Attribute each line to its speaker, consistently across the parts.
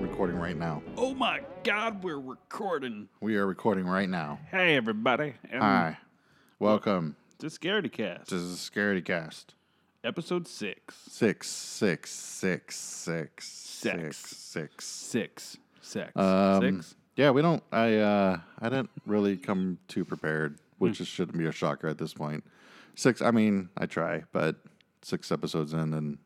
Speaker 1: recording right now.
Speaker 2: Oh my God, we're recording.
Speaker 1: We are recording right now.
Speaker 2: Hey, everybody. and
Speaker 1: Hi. Welcome
Speaker 2: To Scaredy Cast,
Speaker 1: to the Scaredy Cast.
Speaker 2: episode six.
Speaker 1: Six, six, six, six,
Speaker 2: Sex.
Speaker 1: six, six.
Speaker 2: Six. Sex.
Speaker 1: Um,
Speaker 2: six.
Speaker 1: Yeah, we don't. I uh, I didn't really come too prepared, which is- shouldn't be a shocker at this point. Six. I mean, I try, but six episodes in, and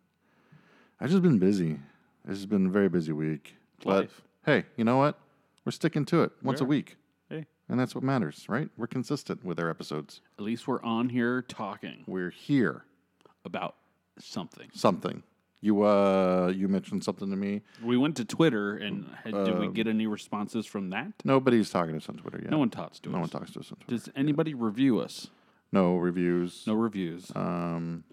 Speaker 1: I've just been busy. This has been a very busy week. But
Speaker 2: Life.
Speaker 1: hey, you know what? We're sticking to it once a
Speaker 2: are.
Speaker 1: week.
Speaker 2: Hey,
Speaker 1: And that's what matters, right? We're consistent with our episodes.
Speaker 2: at least we're on here talking
Speaker 1: We're here.
Speaker 2: about something.
Speaker 1: Something. You uh you mentioned something to me.
Speaker 2: We went to Twitter, and had, did we get any responses from that?
Speaker 1: Nobody's talking to us on Twitter yet.
Speaker 2: No one talks to
Speaker 1: Um, no
Speaker 2: us.
Speaker 1: one talks to us on Twitter.
Speaker 2: Does anybody review us?
Speaker 1: No reviews.
Speaker 2: No reviews.
Speaker 1: Um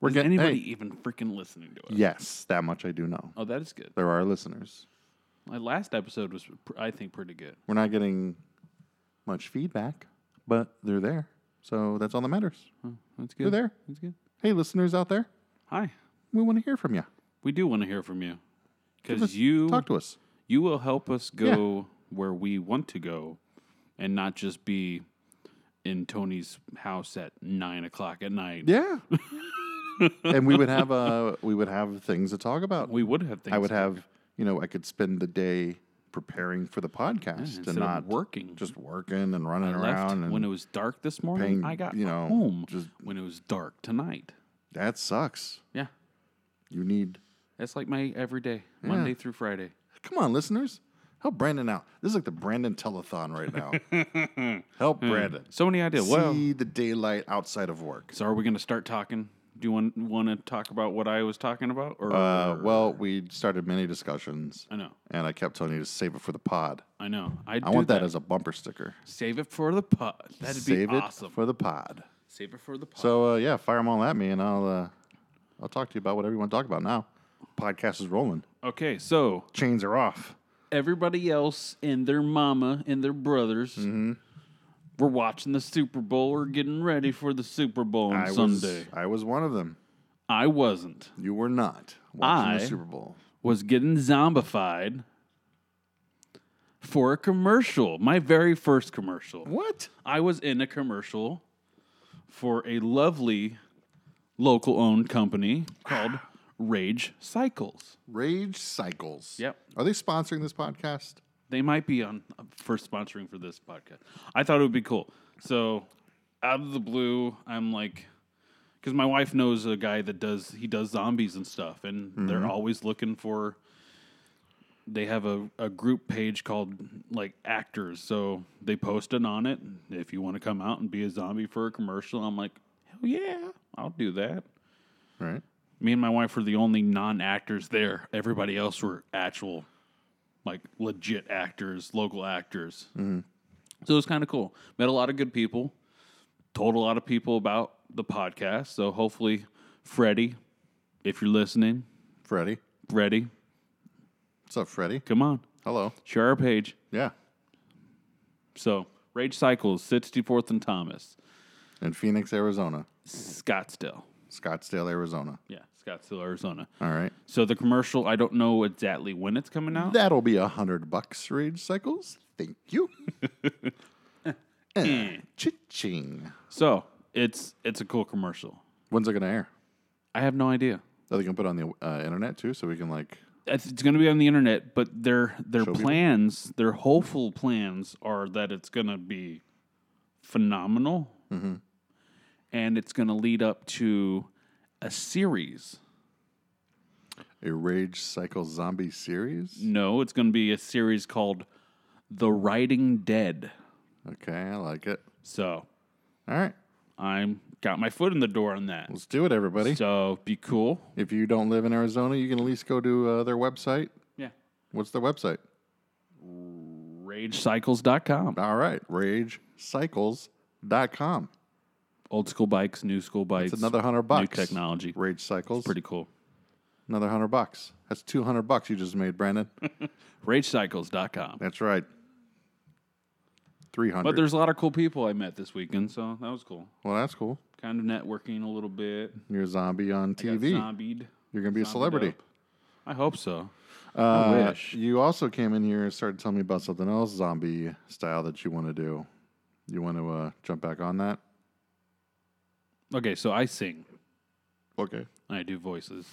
Speaker 2: we're Is
Speaker 1: getting-
Speaker 2: anybody
Speaker 1: hey.
Speaker 2: even freaking listening to us?
Speaker 1: yes, that much I do know.
Speaker 2: Oh, that is good.
Speaker 1: There are listeners.
Speaker 2: My last episode was, pr- I think, pretty good.
Speaker 1: We're not getting much feedback, but they're there. So that's all that matters.
Speaker 2: Oh, that's
Speaker 1: They're
Speaker 2: good.
Speaker 1: there.
Speaker 2: That's good.
Speaker 1: Hey listeners out there,
Speaker 2: Hi.
Speaker 1: we want to hear from you.
Speaker 2: We do want to hear from you because you
Speaker 1: Talk to us.
Speaker 2: you will help us go where we want to go, and not just be in Tony's house at nine o'clock at night.
Speaker 1: Yeah. and we would have uh we would have things to talk about.
Speaker 2: We would have things.
Speaker 1: I would have, you know, I could spend the day preparing for the podcast
Speaker 2: instead
Speaker 1: and not
Speaker 2: of working.
Speaker 1: just working and running
Speaker 2: I left
Speaker 1: around. And
Speaker 2: when it was dark this morning.
Speaker 1: paying,
Speaker 2: I got
Speaker 1: you know,
Speaker 2: home
Speaker 1: just-
Speaker 2: when it was dark tonight.
Speaker 1: that sucks.
Speaker 2: Yeah,
Speaker 1: You need.
Speaker 2: that's like my everyday Monday through Friday.
Speaker 1: Come on, listeners, help Brandon out. This is like the Brandon telethon right now. help Brandon
Speaker 2: So many ideas. Hmm. Well,
Speaker 1: see the daylight outside of work.
Speaker 2: so are we going to start talking? Do you want want to talk about what I was talking about? Or
Speaker 1: Uh, well, we started many discussions,
Speaker 2: I know,
Speaker 1: and I kept telling you to save it for the pod.
Speaker 2: I know. I,
Speaker 1: I want that, as a bumper sticker.
Speaker 2: Save it for the pot. That'd
Speaker 1: save
Speaker 2: be
Speaker 1: it
Speaker 2: awesome.
Speaker 1: for the pod.
Speaker 2: Save it for the pot.
Speaker 1: So uh, yeah, fire them all at me, and I'll uh, I'll talk to you about whatever you want to talk about now. Podcast is rolling.
Speaker 2: okay, so
Speaker 1: Chains are off.
Speaker 2: everybody else and their mama and their brothers
Speaker 1: Mm-hmm.
Speaker 2: were watching the Super Bowl or getting ready for the Super Bowl on
Speaker 1: I
Speaker 2: Sunday.
Speaker 1: was I was one of them.
Speaker 2: I wasn't.
Speaker 1: You were not watching the
Speaker 2: I-
Speaker 1: Super Bowl.
Speaker 2: Was getting zombified for a commercial. My very first commercial.
Speaker 1: What?
Speaker 2: I was in a commercial for a lovely local owned company called
Speaker 1: Ah.
Speaker 2: Rage Cycles.
Speaker 1: Rage Cycles.
Speaker 2: Yep.
Speaker 1: Are they sponsoring this podcast?
Speaker 2: They might be on uh, for sponsoring for this podcast. I thought it would be cool. So, out of the blue, I'm like, because my wife knows a guy that does he does zombies and stuff, and they're always looking for. They have a, a group page called like actors, so they post it on it. If you want to come out and be a zombie for a commercial, I'm like, hell yeah, I'll do that.
Speaker 1: Right.
Speaker 2: Me and my wife were the only non actors there. Everybody else were actual, like legit actors, local actors. So it was kind of cool. Met a lot of good people, told a lot of people about the podcast. So hopefully, Freddie, if you're listening,
Speaker 1: Freddie.
Speaker 2: Freddie,
Speaker 1: What's up, Freddie?
Speaker 2: come on,
Speaker 1: Hello.
Speaker 2: share our page.
Speaker 1: Yeah.
Speaker 2: So Rage Cycles, 64th and Thomas,
Speaker 1: In Phoenix, Arizona.
Speaker 2: Scottsdale.
Speaker 1: Scottsdale, Arizona.
Speaker 2: Yeah, Scottsdale, Arizona.
Speaker 1: All right.
Speaker 2: So the commercial, I don't know exactly when it's coming out.
Speaker 1: That'll be a hundred bucks, Rage Cycles. Thank you.
Speaker 2: Hmm.
Speaker 1: uh, ching.
Speaker 2: So it's it's a cool commercial.
Speaker 1: When's it gonna air?
Speaker 2: I have no idea.
Speaker 1: Are they gonna put it on the uh, internet too, so we can like
Speaker 2: It's, it's going to be on the internet, but their their
Speaker 1: people.
Speaker 2: plans, their hopeful plans, are that it's going to be phenomenal,
Speaker 1: Mm-hmm.
Speaker 2: and it's going to lead up to a series.
Speaker 1: a Rage Cycle zombie series?
Speaker 2: No, it's going to be a series called "The Riding Dead."
Speaker 1: Okay, I like it.
Speaker 2: So
Speaker 1: All right,
Speaker 2: I'm got my foot in the door on that.
Speaker 1: let's do it, everybody.
Speaker 2: So be cool.
Speaker 1: if you don't live in Arizona, you can at least go to uh, their website.
Speaker 2: Yeah.
Speaker 1: What's their website?
Speaker 2: RageCycles.com.
Speaker 1: All right, ragecycles.com.
Speaker 2: Old school bikes, new school bikes.
Speaker 1: It's another hundred
Speaker 2: new
Speaker 1: bucks.
Speaker 2: technology.
Speaker 1: Rage Cycles.
Speaker 2: Pretty cool.
Speaker 1: Another hundred bucks. That's two hundred bucks you just made, Brandon.
Speaker 2: RageCycles.com.
Speaker 1: That's right. Three
Speaker 2: But
Speaker 1: hundred.
Speaker 2: there's a lot of cool people I met this weekend, so that was cool.
Speaker 1: Well, that's cool.
Speaker 2: Kind of networking a little bit.
Speaker 1: You're a zombie on
Speaker 2: Got
Speaker 1: TV.
Speaker 2: zombied.
Speaker 1: You're gonna be a
Speaker 2: zombied
Speaker 1: celebrity.
Speaker 2: up. I hope so.
Speaker 1: Uh,
Speaker 2: wish.
Speaker 1: You also came in here and started telling me about something else zombie style that you want to do. You want to uh, jump back on that?
Speaker 2: Okay, so I sing
Speaker 1: Okay.
Speaker 2: and I do voices,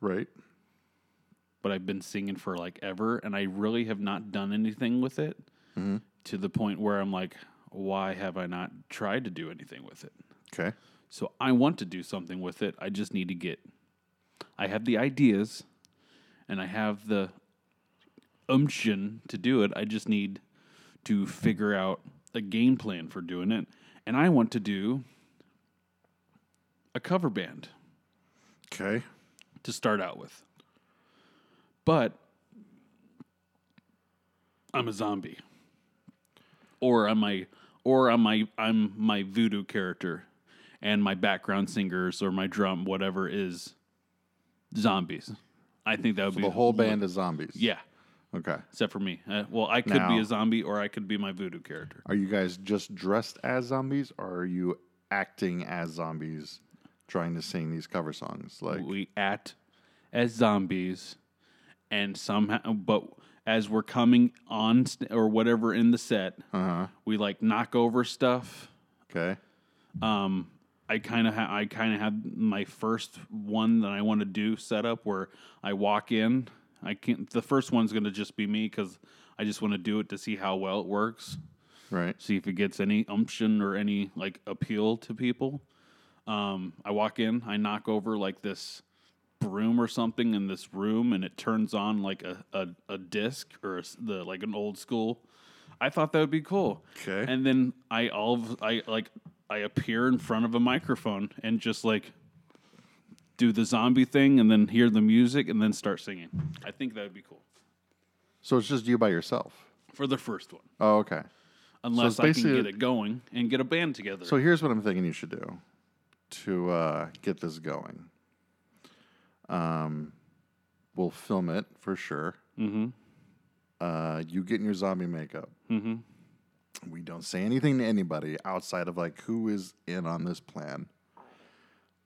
Speaker 1: Right.
Speaker 2: but I've been singing for like ever, and I really have not done anything with it to the point where I'm like, why have I not tried to do anything with it?
Speaker 1: Okay.
Speaker 2: So I want to do something with it. I just need to get. I have the ideas, and I have the umption to do it. I just need to figure out a game plan for doing it, and I want to do a cover band
Speaker 1: Okay.
Speaker 2: to start out with. But I'm a zombie. Or I'm my or I'm my I'm my voodoo character and my background singers or my drum, whatever is zombies. I think that would be
Speaker 1: The whole band is zombies.
Speaker 2: Yeah.
Speaker 1: Okay.
Speaker 2: Except for me. Uh, well, I could be
Speaker 1: Now-
Speaker 2: a zombie or I could be my voodoo character.
Speaker 1: Are you guys just dressed as zombies or are you acting as zombies trying to sing these cover songs? Like,
Speaker 2: we act as zombies and somehow but as we're coming on st- or whatever in the set
Speaker 1: uh huh.
Speaker 2: we like knock over stuff
Speaker 1: Okay.
Speaker 2: um i kind of ha- i kind of had my first one that i want to do set up where i walk in i can't the first one's going to just be me because i just want to do it to see how well it works
Speaker 1: Right.
Speaker 2: see if it gets any umption or any like appeal to people. Um, I walk in, I knock over like this broom or something in this room, and it turns on like a a, a disc or a s the like an old school. I thought that would be cool.
Speaker 1: 'Kay.
Speaker 2: And then I all of- I like I appear in front of a microphone and just like do the zombie thing, and then hear the music, and then start singing. I think that would be cool
Speaker 1: So it's just you by yourself.
Speaker 2: for the first one,
Speaker 1: Oh, okay.
Speaker 2: unless I can
Speaker 1: basically-
Speaker 2: get it going and get a band together.
Speaker 1: So here's what I'm thinking you should do to uh, get this going. Um, we'll film it for sure. Mm-hmm. Uh, you get in your zombie makeup. Mm-hmm. We don't say anything to anybody outside of like who is in on this plan.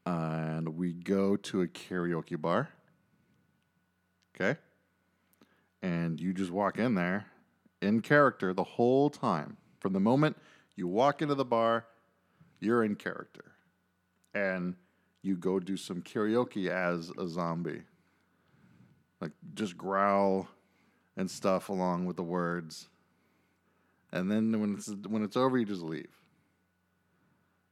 Speaker 1: and we go to a karaoke bar. Okay. And you just walk in there in character the whole time. From the moment you walk into the bar, you're in character. And you go do some karaoke as a zombie. Like just growl and stuff along with the words. And then when it's when it's over, you just leave.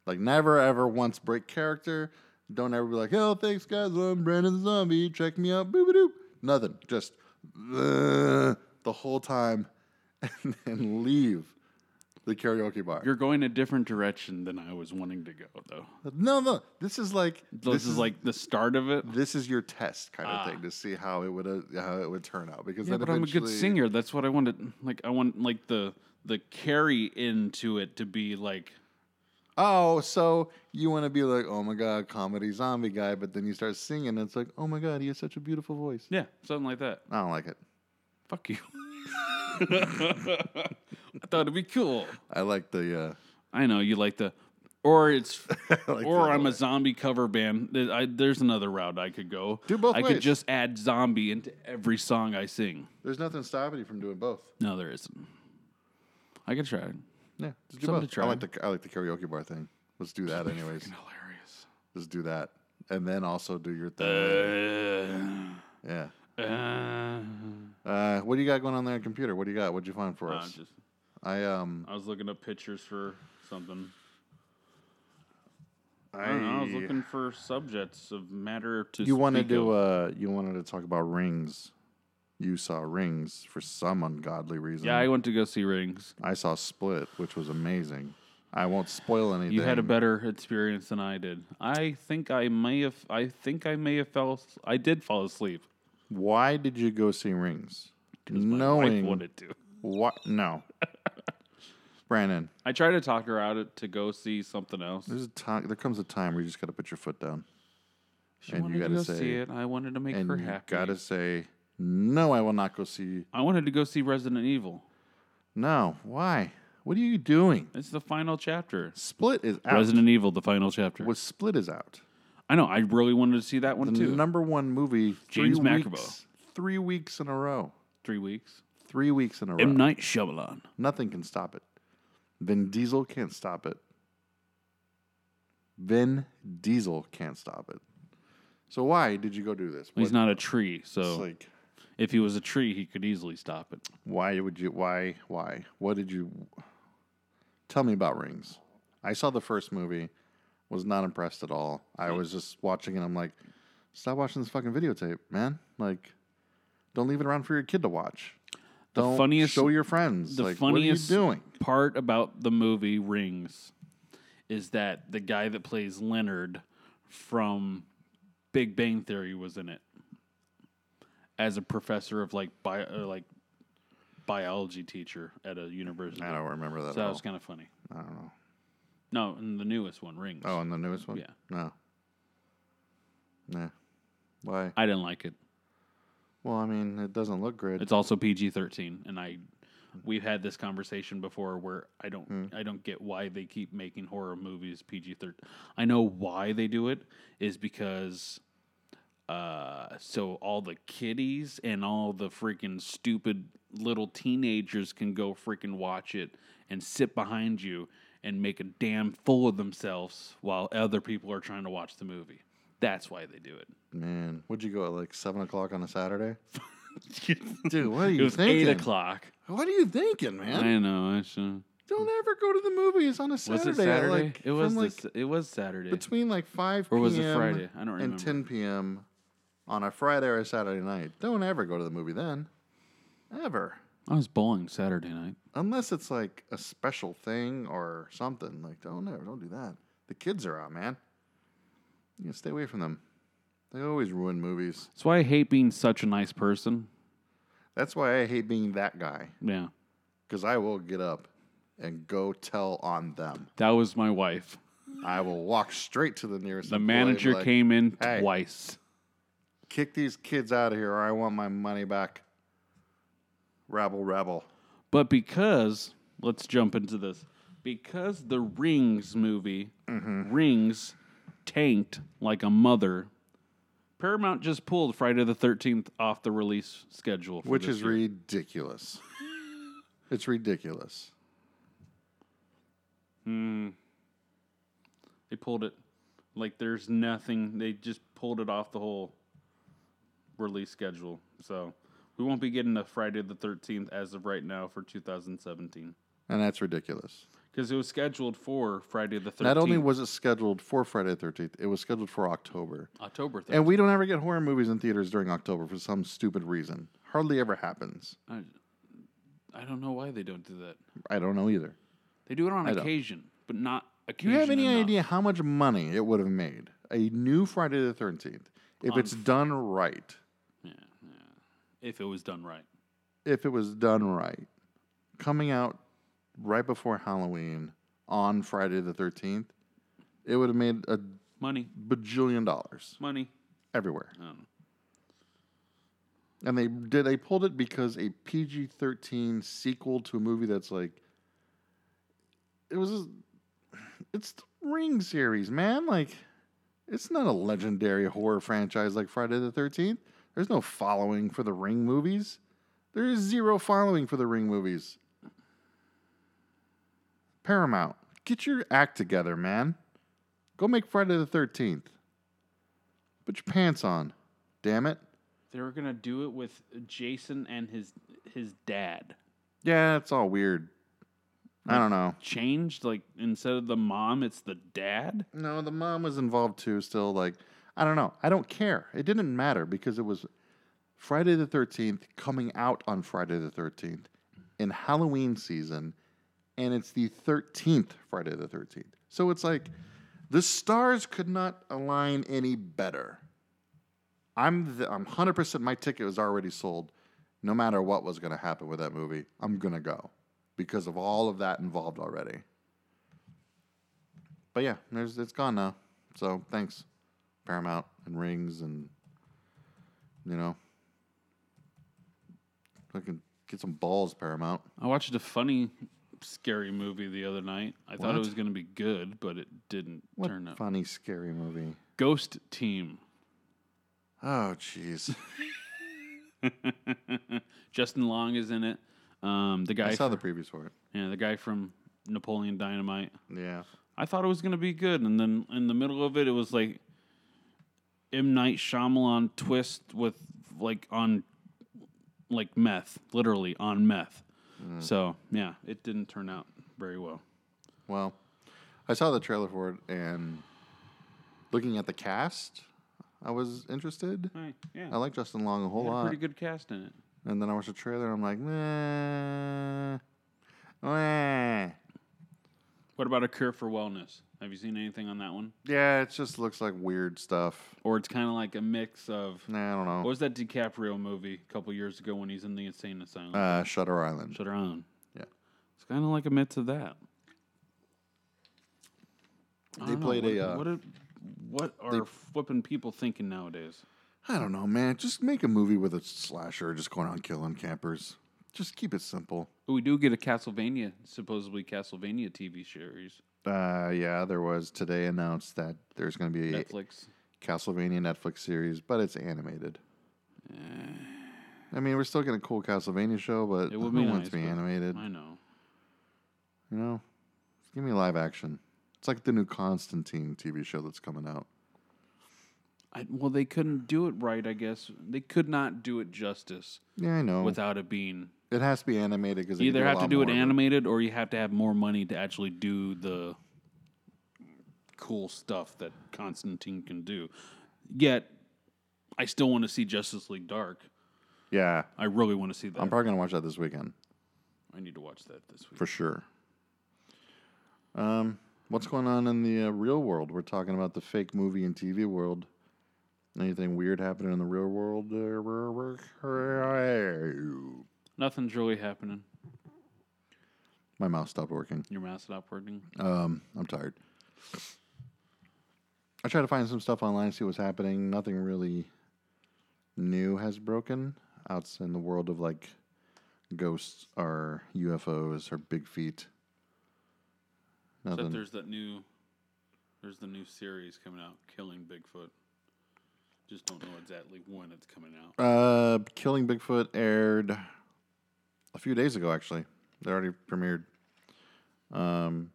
Speaker 1: Like never ever once break character. Don't ever be like, oh, thanks guys, I'm Brandon the Zombie. Check me out, boop doop. Nothing. Just uh, the whole time, and then leave the karaoke bar.
Speaker 2: You're going a different direction than I was wanting to go, though.
Speaker 1: no, no. This is like
Speaker 2: So This, is, like the start of it.
Speaker 1: this is your test kind of
Speaker 2: Ah.
Speaker 1: thing to see how it would uh, how it would turn out because
Speaker 2: Yeah,
Speaker 1: then
Speaker 2: but I'm a good
Speaker 1: eventually-
Speaker 2: singer. That's what I wanted. Like I want like the the carry into it to be like
Speaker 1: Oh, so you want to be like, oh my god, comedy zombie guy, but then you start singing, and it's like, oh my god, he has such a beautiful voice.
Speaker 2: yeah something like that.
Speaker 1: I don't like it.
Speaker 2: Fuck you. I thought it'd be cool.
Speaker 1: I like the. uh
Speaker 2: I know you like the, or it's,
Speaker 1: like
Speaker 2: or
Speaker 1: the
Speaker 2: I'm a zombie cover band. Th- I, there's another route I could go.
Speaker 1: Do both
Speaker 2: I could
Speaker 1: ways.
Speaker 2: just add zombie into every song I sing.
Speaker 1: There's nothing stopping you from doing both.
Speaker 2: No, there isn't. I could try it.
Speaker 1: Yeah, just do
Speaker 2: Something
Speaker 1: both.
Speaker 2: to try.
Speaker 1: I like the I like the karaoke bar thing. Let's do that anyways.
Speaker 2: Hilarious.
Speaker 1: Just do that, and then also do
Speaker 2: Uh,
Speaker 1: your thing. yeah. Uh, what do you got going on there on computer? What do you got? What'd you find for
Speaker 2: I,
Speaker 1: us? I um
Speaker 2: I was looking up pictures for something.
Speaker 1: I,
Speaker 2: I, don't know, I was looking for subjects of matter to.
Speaker 1: you wanted
Speaker 2: speak
Speaker 1: to
Speaker 2: of.
Speaker 1: uh you wanted to talk about rings. You saw rings for some ungodly reason.
Speaker 2: yeah, I went to go see Rings.
Speaker 1: I saw Split, which was amazing. I won't spoil anything.
Speaker 2: You had a better experience than I did. I think I may have. I think I may have fell. as- I did fall asleep.
Speaker 1: Why did you go see Rings?
Speaker 2: My
Speaker 1: Knowing
Speaker 2: wife wanted to.
Speaker 1: what? No, Brandon.
Speaker 2: I tried to talk her out of- to go see something else.
Speaker 1: There's a time. There comes a time where you just got to put your foot down,
Speaker 2: She
Speaker 1: and you
Speaker 2: wanted
Speaker 1: gotta
Speaker 2: to go
Speaker 1: say-
Speaker 2: see it. I wanted to make
Speaker 1: and
Speaker 2: her
Speaker 1: you
Speaker 2: happy.
Speaker 1: gotta say, "No, I will not go see."
Speaker 2: I wanted to go see Resident Evil.
Speaker 1: No, why? What are you doing?
Speaker 2: It's the final chapter.
Speaker 1: Split is out.
Speaker 2: Resident Evil, the final chapter.
Speaker 1: Was Split is out.
Speaker 2: I know. I really wanted to see that one
Speaker 1: The
Speaker 2: too.
Speaker 1: number one movie.
Speaker 2: James
Speaker 1: three
Speaker 2: McAvoy.
Speaker 1: weeks- three weeks in a row.
Speaker 2: Three weeks.
Speaker 1: Three weeks in a row.
Speaker 2: M Night Shyamalan.
Speaker 1: Nothing can stop it. Vin Diesel can't stop it. Vin Diesel can't stop it. So why did you go do this?
Speaker 2: He's
Speaker 1: What-
Speaker 2: not a tree, so
Speaker 1: it's like
Speaker 2: if he was a tree, he could easily stop it.
Speaker 1: why would you why why? What did you tell me about rings? I saw the first movie, was not impressed at all. I was just watching and I'm like, stop watching this fucking videotape, man. Like don't leave it around for your kid to watch.
Speaker 2: The
Speaker 1: Don't
Speaker 2: funniest-
Speaker 1: show your friends.
Speaker 2: the
Speaker 1: like,
Speaker 2: funniest-
Speaker 1: what are you doing?
Speaker 2: Part about the movie Rings is that the guy that plays Leonard from Big Bang Theory was in it as a professor of like bio, uh, like biology teacher at a university.
Speaker 1: I don't remember that
Speaker 2: So
Speaker 1: at
Speaker 2: that
Speaker 1: all.
Speaker 2: was kind of funny.
Speaker 1: I don't know.
Speaker 2: No, and the newest one, Rings.
Speaker 1: Oh, and the newest one?
Speaker 2: Yeah.
Speaker 1: No. Nah. Why?
Speaker 2: I didn't like it.
Speaker 1: Well, I mean, it doesn't look great.
Speaker 2: It's also PG thirteen, and I we've had this conversation before where I don't
Speaker 1: Hmm.
Speaker 2: I don't get why they keep making horror movies PG thirteen. I know why they do it is because uh, so all the kiddies and all the freaking stupid little teenagers can go freaking watch it and sit behind you and make a damn fool of themselves while other people are trying to watch the movie. That's why they do it.
Speaker 1: Man, would you go at like seven o'clock on a Saturday? Dude, what are you
Speaker 2: it was
Speaker 1: thinking?
Speaker 2: eight o'clock.
Speaker 1: What are you thinking, man?
Speaker 2: I know. uh, I should.
Speaker 1: Don't ever go to the movies on a Saturday.
Speaker 2: Was it Saturday?
Speaker 1: Like,
Speaker 2: it was
Speaker 1: from, like
Speaker 2: this, it was Saturday.
Speaker 1: between like five
Speaker 2: Or was it
Speaker 1: PM
Speaker 2: Friday? I don't remember.
Speaker 1: And ten p.m. on a Friday or a Saturday night. Don't ever go to the movie then, ever.
Speaker 2: I was bowling Saturday night.
Speaker 1: Unless it's like a special thing or something. Like don't ever, don't do that. The kids are out, man. You gotta stay away from them. They always ruin movies.
Speaker 2: That's why I hate being such a nice person.
Speaker 1: That's why I hate being that guy.
Speaker 2: Yeah.
Speaker 1: Because I will get up and go tell on them.
Speaker 2: That was my wife.
Speaker 1: I will walk straight to the nearest.
Speaker 2: The
Speaker 1: employee and be
Speaker 2: manager
Speaker 1: like,
Speaker 2: came in
Speaker 1: "Hey."
Speaker 2: twice.
Speaker 1: Kick these kids out of here, or I want my money back. Rabble, rabble.
Speaker 2: But because, let's jump into this. Because the Rings movie, Mm-hmm. Rings, tanked like a mother, Paramount just pulled Friday the 13th off the release schedule. For
Speaker 1: Which
Speaker 2: this
Speaker 1: is
Speaker 2: year.
Speaker 1: ridiculous. it's ridiculous.
Speaker 2: They pulled it. Like there's nothing. They just pulled it off the whole release schedule. So we won't be getting a Friday the 13th as of right now for 2017
Speaker 1: And that's ridiculous.
Speaker 2: because it was scheduled for Friday the 13th.
Speaker 1: Not only was it scheduled for Friday the 13th, it was scheduled for October.
Speaker 2: October 13th.
Speaker 1: And we don't ever get horror movies in theaters during October for some stupid reason. Hardly ever happens.
Speaker 2: I, I don't know why they don't do that.
Speaker 1: I don't know either.
Speaker 2: They do it on
Speaker 1: don't.
Speaker 2: occasion, but not
Speaker 1: Do
Speaker 2: occasion.
Speaker 1: you have any
Speaker 2: enough.
Speaker 1: idea how much money it would have made? A new Friday the 13th, if it's done right,
Speaker 2: if it was done right?
Speaker 1: if it was done right, coming out right before Halloween on Friday the 13th, it would have made a
Speaker 2: Money,
Speaker 1: bajillion dollars
Speaker 2: money.
Speaker 1: everywhere.
Speaker 2: Um,
Speaker 1: And they did they pulled it because a PG thirteen sequel to a movie that's like it was it's the Ring series, man. Like it's not a legendary horror franchise like Friday the Thirteenth. There's no following for the Ring movies. There is zero following for the Ring movies. Paramount, get your act together, man. Go make Friday the Thirteenth. Put your pants on, damn it.
Speaker 2: they were gonna do it with Jason and his his dad.
Speaker 1: Yeah, it's all weird. I don't know.
Speaker 2: Changed like instead of the mom, it's the dad.
Speaker 1: No, the mom was involved too, still. Like, I don't know. I don't care. It didn't matter because it was Friday the 13th coming out on Friday the 13th in Halloween season, and it's the 13th Friday the 13th. So it's like the stars could not align any better. I'm the, I'm 100% my ticket was already sold. No matter what was going to happen with that movie, I'm going to go because of all of that involved already. But yeah, there's it's gone now. So thanks, Paramount and Rings and you know, fucking get some balls, Paramount.
Speaker 2: I watched a funny, scary movie the other night. I thought it
Speaker 1: What?
Speaker 2: was going to be good, but it didn't
Speaker 1: What
Speaker 2: turn out.
Speaker 1: funny scary movie?
Speaker 2: Ghost Team.
Speaker 1: Oh jeez,
Speaker 2: Justin Long is in it. Um, the guy,
Speaker 1: I saw the previews for it.
Speaker 2: yeah, the guy from Napoleon Dynamite.
Speaker 1: Yeah.
Speaker 2: I thought it was gonna be good, and then in the middle of it, it was like M Night Shyamalan twist with like on like meth, literally on meth.
Speaker 1: Mm.
Speaker 2: So yeah, it didn't turn out very well.
Speaker 1: Well, I saw the trailer for it, and looking at the cast, I was interested.
Speaker 2: Right, yeah,
Speaker 1: I like Justin Long a whole
Speaker 2: Had a
Speaker 1: lot.
Speaker 2: pretty good cast in it.
Speaker 1: And then I watched the trailer, and I'm like, nah. Nah.
Speaker 2: What about a cure for wellness? Have you seen anything on that one?
Speaker 1: Yeah, it just looks like weird stuff.
Speaker 2: Or it's kind of like a mix of
Speaker 1: Nah, I don't
Speaker 2: what
Speaker 1: know. Uh,
Speaker 2: was that DiCaprio movie a couple years ago when he's in the insane asylum?
Speaker 1: Uh, Shutter Island.
Speaker 2: Shut her on.
Speaker 1: Yeah.
Speaker 2: It's kind of like a mix of that.
Speaker 1: They
Speaker 2: I don't know,
Speaker 1: played
Speaker 2: what,
Speaker 1: a, uh,
Speaker 2: what, are- what are flipping people thinking nowadays?
Speaker 1: I don't know, man. Just make a movie with a slasher just going on killing campers. Just keep it simple.
Speaker 2: We do get a Castlevania, supposedly Castlevania TV series,
Speaker 1: Uh, yeah, there was today announced that there's going to be a
Speaker 2: Netflix.
Speaker 1: Castlevania Netflix series, but it's animated. I mean, we're still getting a cool Castlevania show, but
Speaker 2: It would
Speaker 1: who
Speaker 2: be
Speaker 1: wants
Speaker 2: nice,
Speaker 1: to be
Speaker 2: but
Speaker 1: animated?
Speaker 2: I know.
Speaker 1: You know, give me live action. It's like the new Constantine TV show that's coming out.
Speaker 2: I, well, they couldn't do it right. I guess they could not do it justice
Speaker 1: Yeah, I know.
Speaker 2: without it being.
Speaker 1: it has to be animated because
Speaker 2: You either have to do it animated, or you have to have more money to actually do the cool stuff that Constantine can do. Yet, I still want to see Justice League Dark.
Speaker 1: Yeah,
Speaker 2: I really want to see that.
Speaker 1: I'm probably gonna watch that this weekend
Speaker 2: I need to watch that this week.
Speaker 1: for sure. Um, what's going on in the uh, real world? We're talking about the fake movie and TV world. Anything weird happening in the real world?
Speaker 2: Nothing's really happening.
Speaker 1: My mouth stopped working.
Speaker 2: Your mouse stopped working.
Speaker 1: Um, I'm tired. I try to find some stuff online, see what's happening. Nothing really new has broken out in the world of like ghosts or UFOs or big feet.
Speaker 2: Except
Speaker 1: Nothing.
Speaker 2: there's that new, there's the new series coming out, Killing Bigfoot. Just don't know exactly when it's coming out.
Speaker 1: Uh, Killing Bigfoot aired a few days ago. Actually, they already premiered. Um,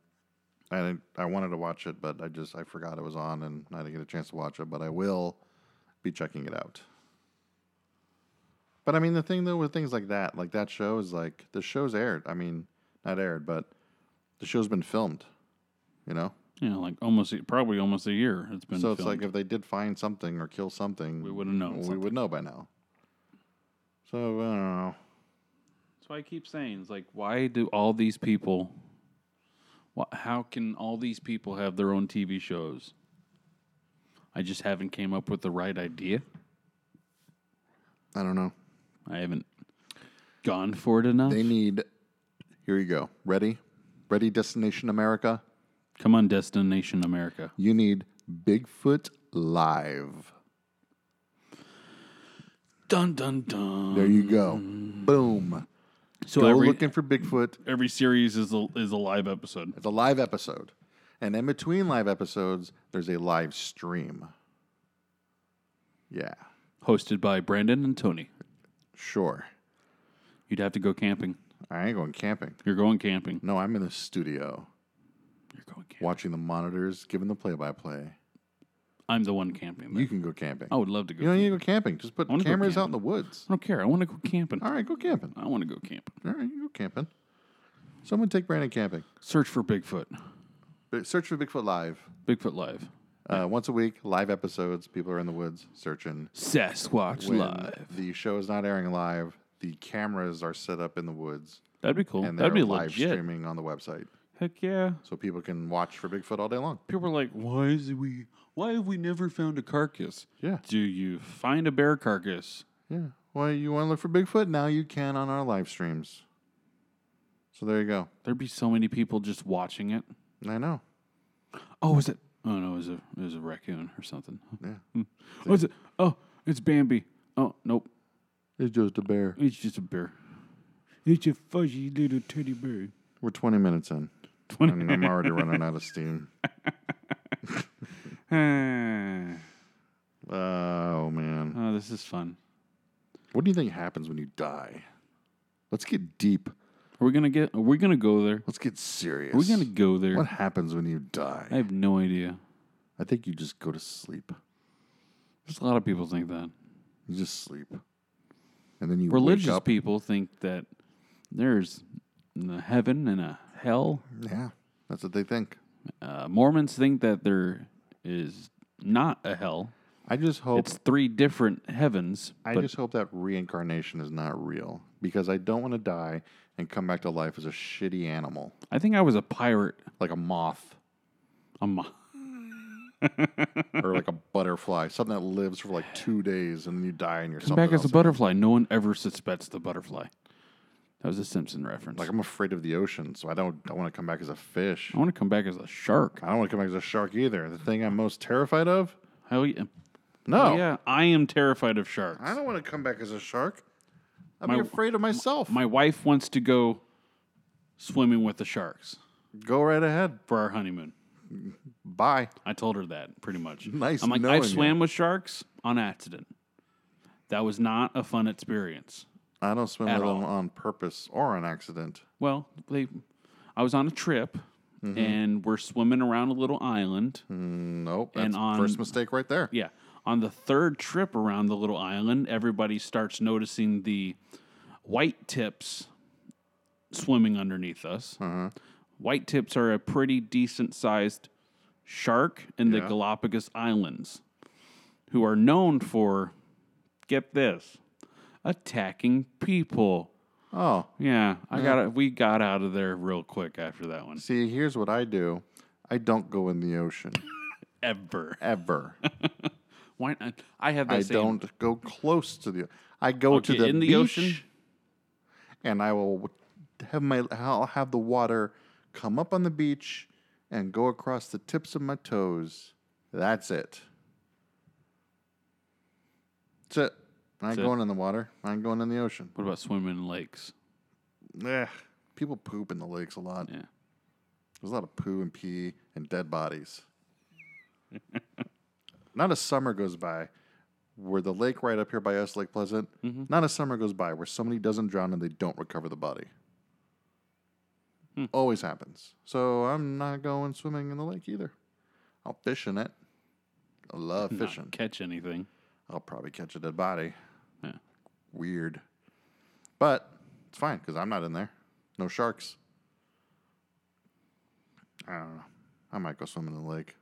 Speaker 1: I didn't- I wanted to watch it, but I just I forgot it was on, and I didn't get a chance to watch it. But I will be checking it out. But I mean, the thing though with things like that, like that show is like the show's aired. I mean, not aired, but the show's been filmed. You know,
Speaker 2: Yeah, like almost, a- probably almost a year. It's been
Speaker 1: so it's
Speaker 2: filmed.
Speaker 1: like if they did find something or kill something,
Speaker 2: We would've known
Speaker 1: We
Speaker 2: something.
Speaker 1: would know by now. So uh, I don't know.
Speaker 2: That's why I keep saying, it's like, why do all these people, wh- how can all these people have their own TV shows? I just haven't came up with the right idea.
Speaker 1: I don't know.
Speaker 2: I haven't gone for it enough.
Speaker 1: They need. Here you go. Ready? Ready, Destination America?
Speaker 2: Come on, Destination America.
Speaker 1: You need Bigfoot Live.
Speaker 2: Dun, dun, dun.
Speaker 1: There you go. Boom.
Speaker 2: so
Speaker 1: go
Speaker 2: every,
Speaker 1: looking for Bigfoot.
Speaker 2: every series is a, is a live episode.
Speaker 1: It's a live episode. And in between live episodes, there's a live stream. Yeah,
Speaker 2: hosted by Brandon and Tony.
Speaker 1: sure.
Speaker 2: You'd have to go camping.
Speaker 1: I ain't going camping.
Speaker 2: You're going camping.
Speaker 1: No, I'm in the studio
Speaker 2: You're going camping.
Speaker 1: watching the monitors, giving the play by play.
Speaker 2: I'm the one camping. There.
Speaker 1: You can go camping.
Speaker 2: I would love to go.
Speaker 1: you don't
Speaker 2: camping.
Speaker 1: need to go camping. Just put
Speaker 2: wanna go
Speaker 1: cameras out in the woods.
Speaker 2: I don't care. I want to go camping.
Speaker 1: All right, go camping.
Speaker 2: I want to go camping.
Speaker 1: All right, you go camping. Someone take Brandon camping.
Speaker 2: Search for Bigfoot.
Speaker 1: But Search for Bigfoot Live.
Speaker 2: Bigfoot Live.
Speaker 1: Uh, once a week, live episodes. People are in the woods searching.
Speaker 2: Sasquatch
Speaker 1: When
Speaker 2: Live.
Speaker 1: The show is not airing live. The cameras are set up in the woods,
Speaker 2: That'd be cool.
Speaker 1: and they're
Speaker 2: That'd be
Speaker 1: live
Speaker 2: legit.
Speaker 1: streaming on the website,
Speaker 2: Heck yeah.
Speaker 1: so people can watch for Bigfoot all day long.
Speaker 2: People are like, why is we? Why have we never found a carcass?
Speaker 1: Yeah,
Speaker 2: Do you find a bear carcass?
Speaker 1: yeah. Well, you want to look for Bigfoot now? You can on our live streams. So there you go.
Speaker 2: There'd be so many people just watching it.
Speaker 1: I know.
Speaker 2: Oh, is it? Oh no, it was a it was a raccoon or something.
Speaker 1: Yeah,
Speaker 2: Oh, is it? Oh, it's Bambi. Oh nope.
Speaker 1: it's just a bear.
Speaker 2: It's just a bear. It's a fuzzy little teddy bear.
Speaker 1: We're twenty minutes in.
Speaker 2: 20
Speaker 1: and I'm already running out of steam.
Speaker 2: Ah,
Speaker 1: Uh, oh man. Oh,
Speaker 2: oh, this is fun.
Speaker 1: What do you think happens when you die? Let's get deep.
Speaker 2: Are we gonna get? Are we gonna go there?
Speaker 1: Let's get serious.
Speaker 2: Are we gonna go there?
Speaker 1: What happens when you die?
Speaker 2: I have no idea.
Speaker 1: I think you just go to sleep.
Speaker 2: There's a lot of people think that.
Speaker 1: You just sleep, and then you wake
Speaker 2: Religious
Speaker 1: up.
Speaker 2: people think that there's a heaven and a hell.
Speaker 1: Yeah, that's what they think.
Speaker 2: Uh, Mormons think that there is not a hell.
Speaker 1: I just hope
Speaker 2: It's three different heavens.
Speaker 1: Oh. I
Speaker 2: but
Speaker 1: just hope that reincarnation is not real because I don't want to die and come back to life as a shitty animal,
Speaker 2: I think I was a pirate.
Speaker 1: like a moth
Speaker 2: A mo-
Speaker 1: or like a butterfly, something that lives for like two days and then you die and you're
Speaker 2: Come
Speaker 1: something
Speaker 2: back as a
Speaker 1: else.
Speaker 2: butterfly. No one ever suspects the butterfly. That was a Simpson reference.
Speaker 1: Like I'm afraid of the ocean, so I don't I want to come back as a fish.
Speaker 2: I want to come back as a shark.
Speaker 1: I don't want to come back as a shark either. The thing I'm most terrified of?
Speaker 2: Hell yeah.
Speaker 1: No.
Speaker 2: Oh, yeah. I am terrified of sharks.
Speaker 1: I don't want to come back as a shark. I'm
Speaker 2: My-
Speaker 1: afraid of myself.
Speaker 2: My wife wants to go swimming with the sharks
Speaker 1: Go right ahead.
Speaker 2: for our honeymoon.
Speaker 1: Bye.
Speaker 2: I told her that pretty much.
Speaker 1: Nice
Speaker 2: I'm like,
Speaker 1: knowing
Speaker 2: I
Speaker 1: you.
Speaker 2: swam with sharks on accident. That was not a fun experience.
Speaker 1: I don't swim
Speaker 2: At
Speaker 1: with them
Speaker 2: all.
Speaker 1: on purpose or on accident.
Speaker 2: Well, they, I was on a trip,
Speaker 1: Mm-hmm.
Speaker 2: and we're swimming around a little island.
Speaker 1: Nope. That's
Speaker 2: And on-
Speaker 1: first mistake right there.
Speaker 2: Yeah. On the third trip around the little island, everybody starts noticing the white tips swimming underneath us.
Speaker 1: Uh-huh.
Speaker 2: White tips are a pretty decent sized shark in the
Speaker 1: Yeah.
Speaker 2: Galapagos Islands, who are known for, get this, attacking people.
Speaker 1: Oh.
Speaker 2: Yeah, I got we got out of there real quick after that one.
Speaker 1: See, here's what I do. I don't go in the ocean
Speaker 2: Ever.
Speaker 1: ever.
Speaker 2: Why not? I have that
Speaker 1: I
Speaker 2: same-
Speaker 1: don't go close to the. I go
Speaker 2: Okay,
Speaker 1: to the
Speaker 2: in the
Speaker 1: beach
Speaker 2: ocean?
Speaker 1: and I will have my. I'll have the water come up on the beach and go across the tips of my toes. That's it. That's it. I ain't
Speaker 2: That's it.
Speaker 1: going in the water. I ain't going in the ocean.
Speaker 2: What about swimming in lakes?
Speaker 1: Ugh. People poop in the lakes a lot.
Speaker 2: Yeah.
Speaker 1: There's a lot of poo and pee and dead bodies. not a summer goes by where the lake right up here by us, Lake Pleasant, not a summer goes by where somebody doesn't drown and they don't recover the body. Always happens. So I'm not going swimming in the lake either. I'll fish in it. I love
Speaker 2: Not
Speaker 1: fishing.
Speaker 2: catch anything.
Speaker 1: I'll probably catch a dead body.
Speaker 2: Yeah.
Speaker 1: Weird. But it's fine because I'm not in there. No sharks. I don't know. I might go swimming in the lake.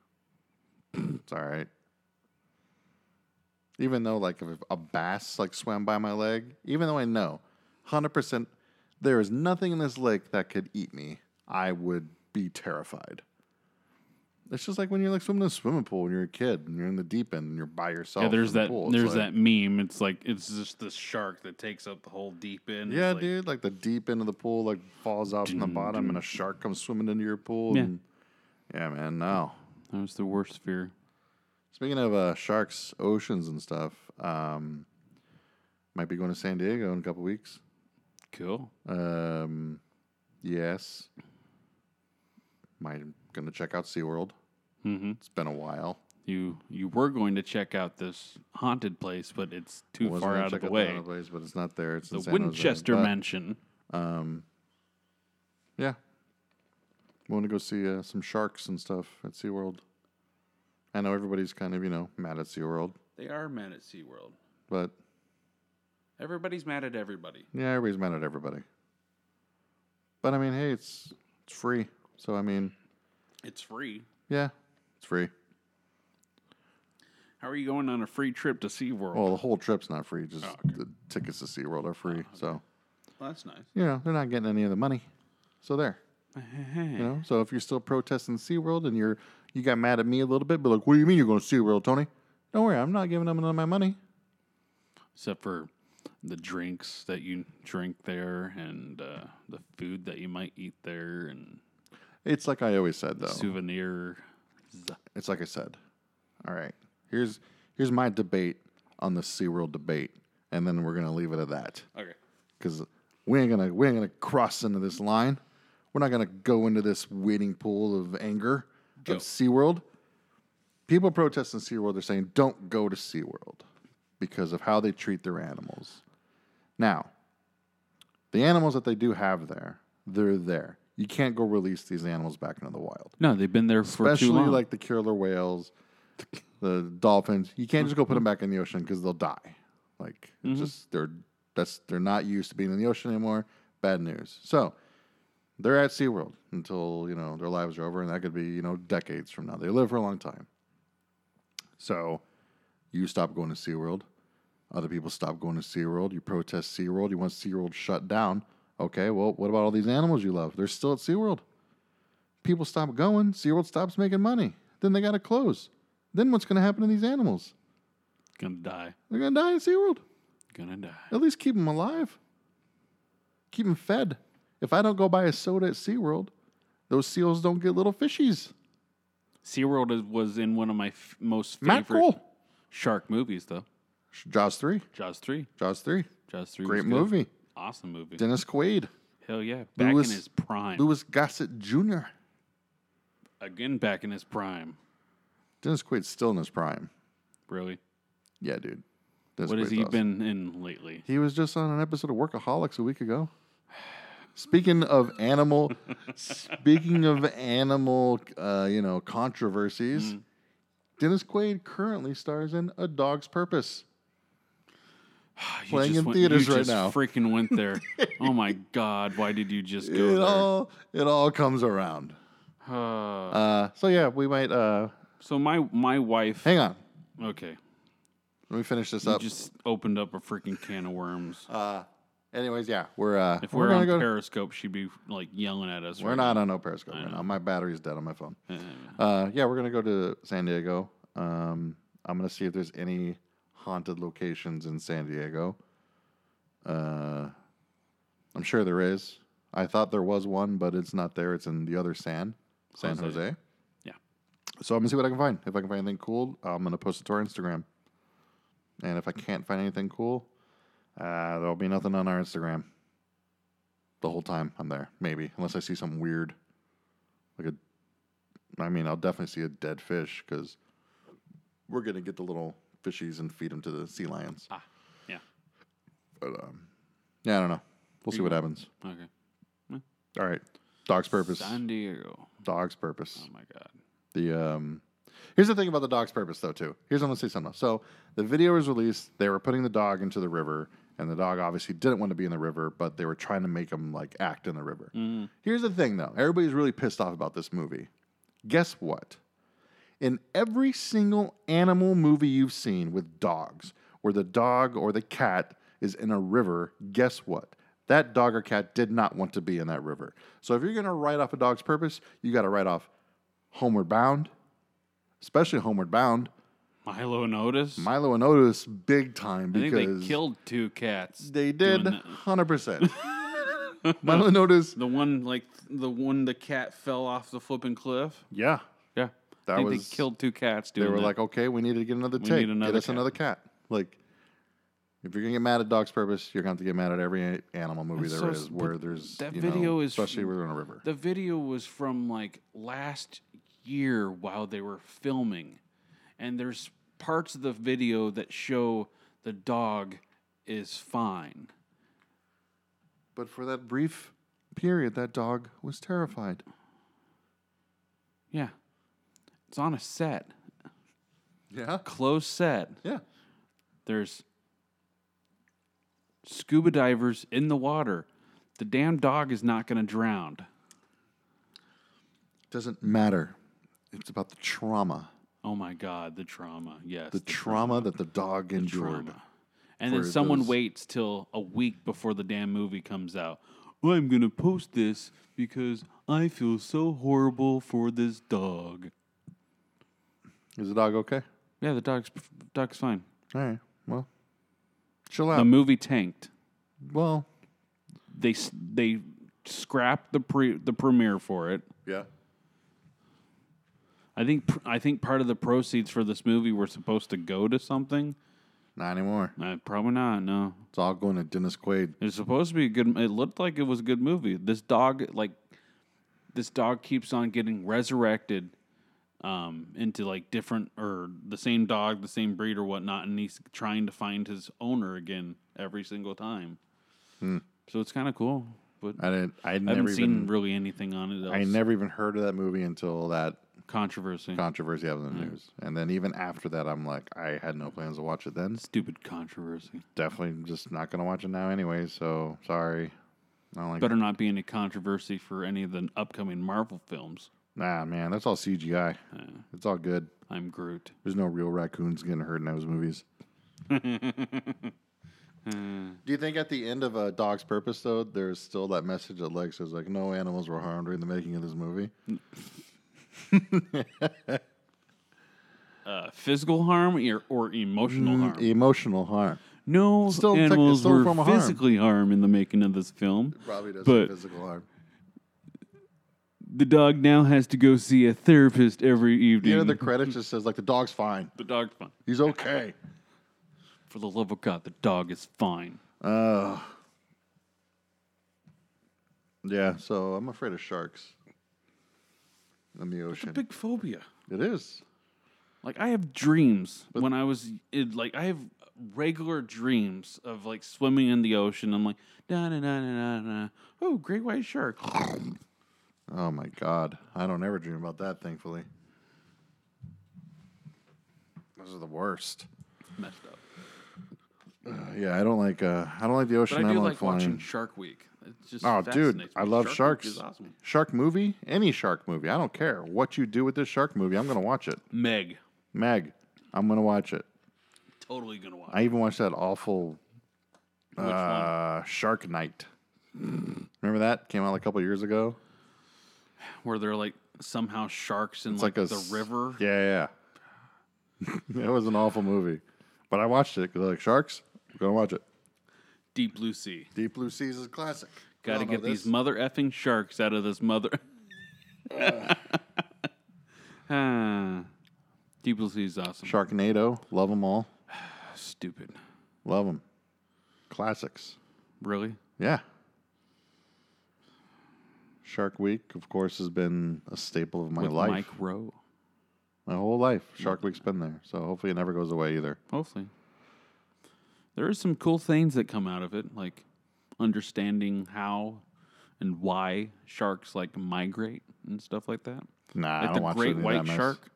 Speaker 1: it's all right. Even though, like, if a bass like swam by my leg, even though I know, hundred percent, there is nothing in this lake that could eat me. I would be terrified. It's just like when you're like swimming in a swimming pool when you're a kid and you're in the deep end and you're by yourself.
Speaker 2: Yeah, there's
Speaker 1: in the
Speaker 2: that.
Speaker 1: pool. It's
Speaker 2: There's
Speaker 1: like-
Speaker 2: that meme. It's like it's just this shark that takes up the whole deep end. It's
Speaker 1: Yeah,
Speaker 2: like-
Speaker 1: dude. Like the deep end of the pool, like falls out from the bottom, and a shark comes swimming into your pool.
Speaker 2: Yeah.
Speaker 1: And, yeah, man. No.
Speaker 2: That was the worst fear.
Speaker 1: Speaking of uh, sharks, oceans, and stuff, um, might be going to San Diego in a couple weeks.
Speaker 2: Cool.
Speaker 1: Um, yes. Might going to check out SeaWorld.
Speaker 2: Mm-hmm.
Speaker 1: It's been a while.
Speaker 2: You you were going to check out this haunted place, but it's too
Speaker 1: Wasn't
Speaker 2: far
Speaker 1: gonna
Speaker 2: out of
Speaker 1: check
Speaker 2: the
Speaker 1: out
Speaker 2: way.
Speaker 1: other place, but it's not there. It's
Speaker 2: the
Speaker 1: in San Jose.
Speaker 2: Winchester
Speaker 1: But,
Speaker 2: Mansion.
Speaker 1: Yeah. Want to go see uh, some sharks and stuff at SeaWorld. I know everybody's kind of, you know, mad at SeaWorld,
Speaker 2: They are mad at SeaWorld.
Speaker 1: but
Speaker 2: Everybody's mad at everybody.
Speaker 1: yeah, everybody's mad at everybody. But I mean, hey, it's it's free. So I mean,
Speaker 2: It's free.
Speaker 1: yeah, it's free.
Speaker 2: How are you going on a free trip to SeaWorld?
Speaker 1: Well, the whole trip's not free. Just
Speaker 2: Oh, okay. Oh,
Speaker 1: the tickets to SeaWorld are free. So,
Speaker 2: that's nice.
Speaker 1: you know, they're not getting any of the money. So there. You know, so if you're still protesting SeaWorld and you're you got mad at me a little bit, but like, what do you mean you're going to SeaWorld, Tony? Don't worry, I'm not giving them none of my money.
Speaker 2: Except for the drinks that you drink there and uh, the food that you might eat there and
Speaker 1: It's like I always said
Speaker 2: Oh.
Speaker 1: though.
Speaker 2: souvenir.
Speaker 1: It's like I said. All right. Here's here's my debate on the SeaWorld debate. And then we're gonna leave it at that.
Speaker 2: Okay.
Speaker 1: Cause we ain't gonna we ain't gonna cross into this line. We're not gonna go into this waiting pool of anger
Speaker 2: Go.
Speaker 1: of SeaWorld. People protesting SeaWorld are saying don't go to SeaWorld because of how they treat their animals. Now, the animals that they do have there, they're there. You can't go release these animals back into the wild,
Speaker 2: No, they've been there for too
Speaker 1: especially
Speaker 2: long.
Speaker 1: like the killer whales, the dolphins. You can't just go put them back in the ocean because they'll die. Like it's
Speaker 2: Mm-hmm.
Speaker 1: just they're that's they're not used to being in the ocean anymore. Bad news. So they're at SeaWorld until you know their lives are over, and that could be you know decades from now. They live for a long time. So you stop going to SeaWorld. Other people stop going to SeaWorld. You protest SeaWorld. You want SeaWorld shut down. Okay, well, what about all these animals you love? They're still at SeaWorld. People stop going. SeaWorld stops making money. Then they got to close. Then what's going to happen to these animals?
Speaker 2: gonna die.
Speaker 1: They're going to die in SeaWorld.
Speaker 2: Gonna die.
Speaker 1: At least keep them alive. Keep them fed. If I don't go buy a soda at SeaWorld, those seals don't get little fishies.
Speaker 2: SeaWorld is, was in one of my f- most favorite
Speaker 1: Mackerel.
Speaker 2: shark movies, though.
Speaker 1: Jaws 3.
Speaker 2: Jaws 3.
Speaker 1: Jaws 3.
Speaker 2: Jaws 3 was
Speaker 1: Great
Speaker 2: good.
Speaker 1: movie.
Speaker 2: Awesome movie.
Speaker 1: Dennis Quaid.
Speaker 2: Hell yeah. Back
Speaker 1: Louis-
Speaker 2: in his prime.
Speaker 1: Louis Gossett Jr.
Speaker 2: Again, back in his prime.
Speaker 1: Dennis Quaid's still in his prime.
Speaker 2: Really?
Speaker 1: Yeah, dude. Dennis
Speaker 2: what has
Speaker 1: Quaid's
Speaker 2: he
Speaker 1: awesome.
Speaker 2: been in lately?
Speaker 1: He was just on an episode of Workaholics a week ago. Speaking of animal, speaking of animal, uh, you know, controversies,
Speaker 2: Mm-hmm.
Speaker 1: Dennis Quaid currently stars in A Dog's Purpose.
Speaker 2: You
Speaker 1: Playing
Speaker 2: just
Speaker 1: in
Speaker 2: went-
Speaker 1: theaters
Speaker 2: you
Speaker 1: right
Speaker 2: just
Speaker 1: now.
Speaker 2: Freaking went there. oh my god! Why did you just go
Speaker 1: It
Speaker 2: there?
Speaker 1: all it all comes around.
Speaker 2: Uh,
Speaker 1: Uh, so yeah, we might uh,
Speaker 2: so my my wife.
Speaker 1: hang on.
Speaker 2: Okay,
Speaker 1: Let me finish this
Speaker 2: you
Speaker 1: up.
Speaker 2: just opened up a freaking can of worms.
Speaker 1: Uh, anyways, yeah, we're uh,
Speaker 2: if we're,
Speaker 1: gonna
Speaker 2: on
Speaker 1: go.
Speaker 2: Periscope, she'd be like yelling at us.
Speaker 1: we're
Speaker 2: right
Speaker 1: not on no Periscope right now. My battery's dead on my phone. Uh, yeah, we're gonna go to San Diego. Um, I'm gonna see if there's any haunted locations in San Diego. Uh, I'm sure there is. I thought there was one, but it's not there. It's in the other San, San
Speaker 2: Jose.
Speaker 1: Jose.
Speaker 2: Yeah.
Speaker 1: So I'm gonna see what I can find. If I can find anything cool, I'm gonna post it to our Instagram. And if I can't find anything cool, uh, there'll be nothing on our Instagram. The whole time I'm there, maybe unless I see something weird, like a I mean, I'll definitely see a dead fish because we're gonna get the little fishies and feed them to the sea lions.
Speaker 2: Ah, yeah.
Speaker 1: But um, yeah, I don't know. We'll see what happens.
Speaker 2: now. Okay.
Speaker 1: All right, dog's purpose.
Speaker 2: San Diego.
Speaker 1: Dog's purpose.
Speaker 2: Oh my god.
Speaker 1: The um, here's the thing about the dog's purpose though too. Here's what I'm gonna say something. Else. So the video was released. They were putting the dog into the river, and the dog obviously didn't want to be in the river, but they were trying to make him like act in the river. Here's the thing though. Everybody's really pissed off about this movie. Guess what? in every single animal movie you've seen with dogs, where the dog or the cat is in a river, guess what? That dog or cat did not want to be in that river. So if you're going to write off a dog's purpose, you got to write off Homeward Bound, especially Homeward Bound.
Speaker 2: Milo and Otis.
Speaker 1: Milo and Otis, big time
Speaker 2: I think
Speaker 1: because
Speaker 2: they killed two cats.
Speaker 1: They
Speaker 2: doing
Speaker 1: did
Speaker 2: that.
Speaker 1: hundred percent. Milo and Otis,
Speaker 2: The one like the one the cat fell off the flipping cliff.
Speaker 1: yeah,
Speaker 2: Yeah.
Speaker 1: That
Speaker 2: I think
Speaker 1: was-
Speaker 2: they killed two cats.
Speaker 1: they
Speaker 2: Doing
Speaker 1: were
Speaker 2: that.
Speaker 1: like, okay, we need to get another take.
Speaker 2: need another
Speaker 1: get us
Speaker 2: cat."
Speaker 1: another cat. Like, if you're gonna get mad at Dog's Purpose, you're gonna have to get mad at every a- animal movie
Speaker 2: That's
Speaker 1: there
Speaker 2: so
Speaker 1: is
Speaker 2: s-
Speaker 1: where
Speaker 2: but
Speaker 1: there's
Speaker 2: that
Speaker 1: you
Speaker 2: video
Speaker 1: know,
Speaker 2: is
Speaker 1: especially
Speaker 2: from-
Speaker 1: where they're on a river.
Speaker 2: The video was from like last year while they were filming. And there's parts of the video that show the dog is fine.
Speaker 1: But for that brief period, that dog was terrified.
Speaker 2: Yeah. It's on a set,
Speaker 1: Yeah,
Speaker 2: closed set.
Speaker 1: yeah.
Speaker 2: There's scuba divers in the water. The damn dog is not going to drown.
Speaker 1: Doesn't matter. It's about the trauma,
Speaker 2: Oh my God, the trauma. Yes.
Speaker 1: the,
Speaker 2: the
Speaker 1: trauma, that the dog endured.
Speaker 2: drama. And then
Speaker 1: for
Speaker 2: someone
Speaker 1: those-
Speaker 2: waits till a week before the damn movie comes out. "Well, I'm going to post this because I feel so horrible for this dog.
Speaker 1: Is the dog okay?
Speaker 2: Yeah, the dog's dog's fine.
Speaker 1: All right. Well, chill out.
Speaker 2: The movie tanked.
Speaker 1: well,
Speaker 2: They s- they scrapped the pre the premiere for it.
Speaker 1: yeah.
Speaker 2: I think pr- I think part of the proceeds for this movie were supposed to go to something.
Speaker 1: Not anymore.
Speaker 2: Uh, probably not. No,
Speaker 1: It's all going to Dennis Quaid.
Speaker 2: It was supposed to be a good. It looked like it was a good movie. This dog, like, this dog keeps on getting resurrected um, into like different or the same dog, the same breed or whatnot, and he's trying to find his owner again every single time. So it's kind of cool, but
Speaker 1: Hmm.
Speaker 2: I,
Speaker 1: I didn't. I
Speaker 2: haven't
Speaker 1: never
Speaker 2: seen
Speaker 1: even.
Speaker 2: really anything on it. Else.
Speaker 1: I never even heard of that movie until that
Speaker 2: controversy,
Speaker 1: controversy happened in the news, and then even after that, I'm like, I had no plans to watch it then.
Speaker 2: stupid controversy.
Speaker 1: Definitely just not gonna watch it now anyway. So sorry. I don't like.
Speaker 2: Better not be any controversy for any of the upcoming Marvel films.
Speaker 1: Nah, man, that's all CGI. It's all good.
Speaker 2: I'm Groot.
Speaker 1: There's no real raccoons getting hurt in those movies. Do you think at the end of a dog's purpose though, there's still that message that Lex says like, "No animals were harmed during the making of this movie"?
Speaker 2: Uh, physical harm or, or emotional harm?
Speaker 1: Mm, Emotional harm.
Speaker 2: No
Speaker 1: Still tech-
Speaker 2: animals
Speaker 1: still a
Speaker 2: were
Speaker 1: form of harm.
Speaker 2: physically harmed in the making of this film.
Speaker 1: Probably does
Speaker 2: But-
Speaker 1: physical harm.
Speaker 2: The dog now has to go see a therapist every
Speaker 1: The
Speaker 2: evening.
Speaker 1: end of the credits just says like, "The dog's fine.
Speaker 2: The dog's fine.
Speaker 1: He's okay."
Speaker 2: For the love of God, the dog is fine.
Speaker 1: Uh, yeah. So I'm afraid of sharks in the ocean.
Speaker 2: Big phobia.
Speaker 1: it is.
Speaker 2: Like I have dreams when I was it, like I have regular dreams of like swimming in the ocean. I'm like da da da da da da. Oh, great white shark.
Speaker 1: Oh my god. I don't ever dream about that, thankfully. Those are the worst.
Speaker 2: Messed up.
Speaker 1: Uh, yeah, I don't like uh I don't like the
Speaker 2: But
Speaker 1: ocean.
Speaker 2: I do
Speaker 1: don't
Speaker 2: like
Speaker 1: flying.
Speaker 2: watching Shark Week. It's just
Speaker 1: Oh dude,
Speaker 2: fascinates
Speaker 1: I
Speaker 2: me.
Speaker 1: love
Speaker 2: Shark Week
Speaker 1: sharks.
Speaker 2: is awesome.
Speaker 1: Shark movie, any shark movie. I don't care what you do with this shark movie. I'm gonna watch it.
Speaker 2: Meg,
Speaker 1: Meg, I'm gonna watch it.
Speaker 2: totally gonna watch.
Speaker 1: I even watched that awful
Speaker 2: Which
Speaker 1: uh, Shark Night. Remember that came out like a couple years ago.
Speaker 2: one? Where they're like somehow sharks in
Speaker 1: It's
Speaker 2: like,
Speaker 1: like, a
Speaker 2: the
Speaker 1: s-
Speaker 2: river.
Speaker 1: Yeah, yeah. it was an awful movie, but I watched it because like sharks. We're gonna watch it.
Speaker 2: Deep Blue Sea.
Speaker 1: Deep Blue Seas is a classic.
Speaker 2: Got to
Speaker 1: Y'all know
Speaker 2: get these
Speaker 1: this.
Speaker 2: mother effing sharks out of this mother. Ah. Deep Blue Sea is awesome.
Speaker 1: Sharknado. Love them all.
Speaker 2: Stupid.
Speaker 1: Love them. Classics.
Speaker 2: Really?
Speaker 1: Yeah. Shark Week, of course, has been a staple of my
Speaker 2: With
Speaker 1: life.
Speaker 2: Mike Rowe.
Speaker 1: My whole life, Shark Week's been there. So hopefully, it never goes away either.
Speaker 2: Hopefully. There are some cool things that come out of it, like understanding how and why sharks like migrate and stuff like that.
Speaker 1: Nah, I
Speaker 2: Like
Speaker 1: don't
Speaker 2: the
Speaker 1: watch
Speaker 2: great
Speaker 1: any of that
Speaker 2: white
Speaker 1: mess.
Speaker 2: shark.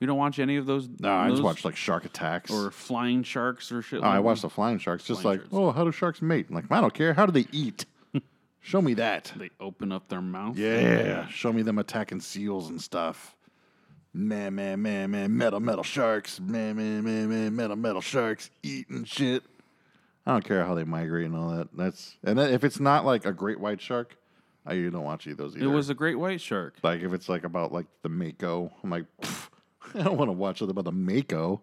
Speaker 2: You don't watch any of those?
Speaker 1: No, I just
Speaker 2: those?
Speaker 1: watched like shark attacks.
Speaker 2: or flying sharks or shit.
Speaker 1: Oh,
Speaker 2: like
Speaker 1: I
Speaker 2: that.
Speaker 1: watched the flying sharks. Just
Speaker 2: Flying
Speaker 1: like,
Speaker 2: sharks.
Speaker 1: oh, how do sharks mate? I'm like, I don't care. How do they eat? Show me that.
Speaker 2: They open up their mouth.
Speaker 1: Yeah, show me them attacking seals and stuff. Man, man, man, man, metal, metal sharks. Man, man, man, man, metal, metal sharks eating shit. I don't care how they migrate and all that. That's and then if it's not like a great white shark, I usually don't watch either of those either.
Speaker 2: It was a great white shark.
Speaker 1: like if it's like about like the mako, I'm like, "Pff, I don't want to watch it about the mako.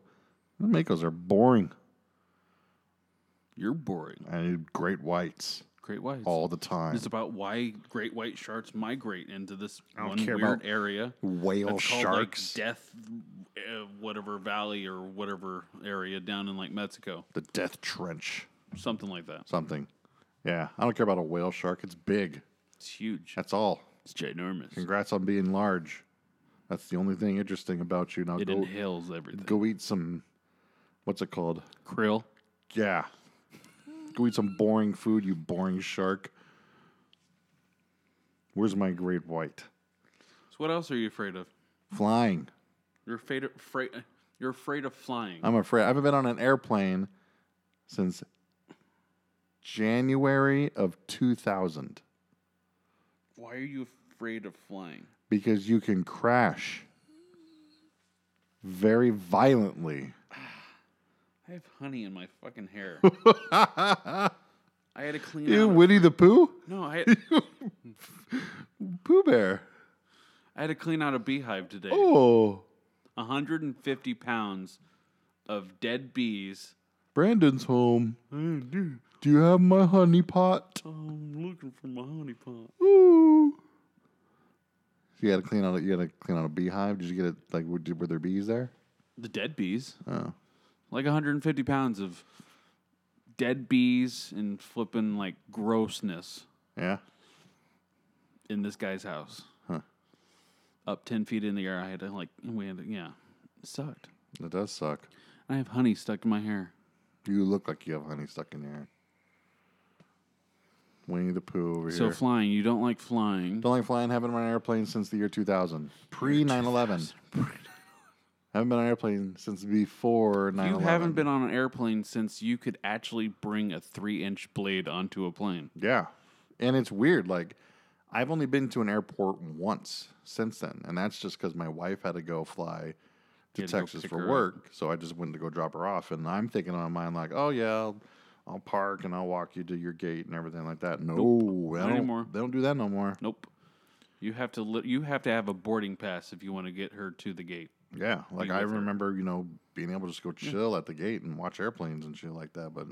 Speaker 1: The makos are boring.
Speaker 2: You're boring.
Speaker 1: I need great whites
Speaker 2: Great whites.
Speaker 1: all the time.
Speaker 2: It's about why great white sharks migrate into this
Speaker 1: don't
Speaker 2: one
Speaker 1: care
Speaker 2: weird
Speaker 1: about
Speaker 2: area.
Speaker 1: Whale
Speaker 2: It's called
Speaker 1: sharks,
Speaker 2: like Death, uh, whatever valley or whatever area down in like Mexico,
Speaker 1: the death trench.
Speaker 2: something like that.
Speaker 1: something. Yeah, I don't care about a whale shark. It's big.
Speaker 2: It's huge.
Speaker 1: That's all.
Speaker 2: It's ginormous.
Speaker 1: Congrats on being large. That's the only thing interesting about you. Now
Speaker 2: It
Speaker 1: go
Speaker 2: inhales everything.
Speaker 1: go eat some. What's it called?
Speaker 2: Krill.
Speaker 1: Yeah. Go eat some boring food, you boring shark. Where's my great white?
Speaker 2: So what else are you afraid of?
Speaker 1: Flying.
Speaker 2: You're afraid of afraid. You're afraid of flying.
Speaker 1: I'm afraid. I haven't been on an airplane since January of 2000
Speaker 2: Why are you afraid of flying?
Speaker 1: because you can crash very violently.
Speaker 2: I have honey in my fucking hair. I had to clean
Speaker 1: You
Speaker 2: out.
Speaker 1: Winnie the Pooh?
Speaker 2: No, I
Speaker 1: Pooh Bear.
Speaker 2: I had to clean out a beehive today.
Speaker 1: Oh,
Speaker 2: 150 pounds of dead bees.
Speaker 1: Brandon's home. Do you have my honey pot?
Speaker 2: Oh, I'm looking for my honey pot.
Speaker 1: Ooh. So you had to clean out. A, you had to clean out a beehive. Did you get it? Like, were, did- were there bees there?
Speaker 2: The dead bees,
Speaker 1: Oh,
Speaker 2: like 150 pounds of dead bees and flipping like grossness
Speaker 1: yeah.
Speaker 2: in this guy's house.
Speaker 1: Huh.
Speaker 2: up ten feet in the air. I had to like we had to, yeah, it sucked.
Speaker 1: It does suck.
Speaker 2: I have honey stuck in my hair.
Speaker 1: You look like you have honey stuck in your hair. Winnie the Pooh over
Speaker 2: So
Speaker 1: here.
Speaker 2: flying, you don't like flying.
Speaker 1: Don't like flying. Haven't been on an airplane since the year 2000. Pre 9 11. Haven't been on an airplane since before 9
Speaker 2: you
Speaker 1: 11.
Speaker 2: haven't been on an airplane since you could actually bring a three-inch blade onto a plane.
Speaker 1: Yeah. And it's weird. Like, I've only been to an airport once since then. And that's just because my wife had to go fly to
Speaker 2: had to go
Speaker 1: Texas
Speaker 2: pick her
Speaker 1: for
Speaker 2: up.
Speaker 1: work. So I just went to go drop her off. And I'm thinking on my mind, like, oh, yeah, I'll, I'll park and I'll walk you to your gate and everything like that. No, they,
Speaker 2: Not
Speaker 1: don't,
Speaker 2: anymore.
Speaker 1: they don't do that no more.
Speaker 2: Nope. You have to li- you have to have a boarding pass if you want to get her to the gate.
Speaker 1: Yeah, like
Speaker 2: Be
Speaker 1: I
Speaker 2: with her.
Speaker 1: remember, you know, being able to just go chill at the gate and watch airplanes and shit like that, but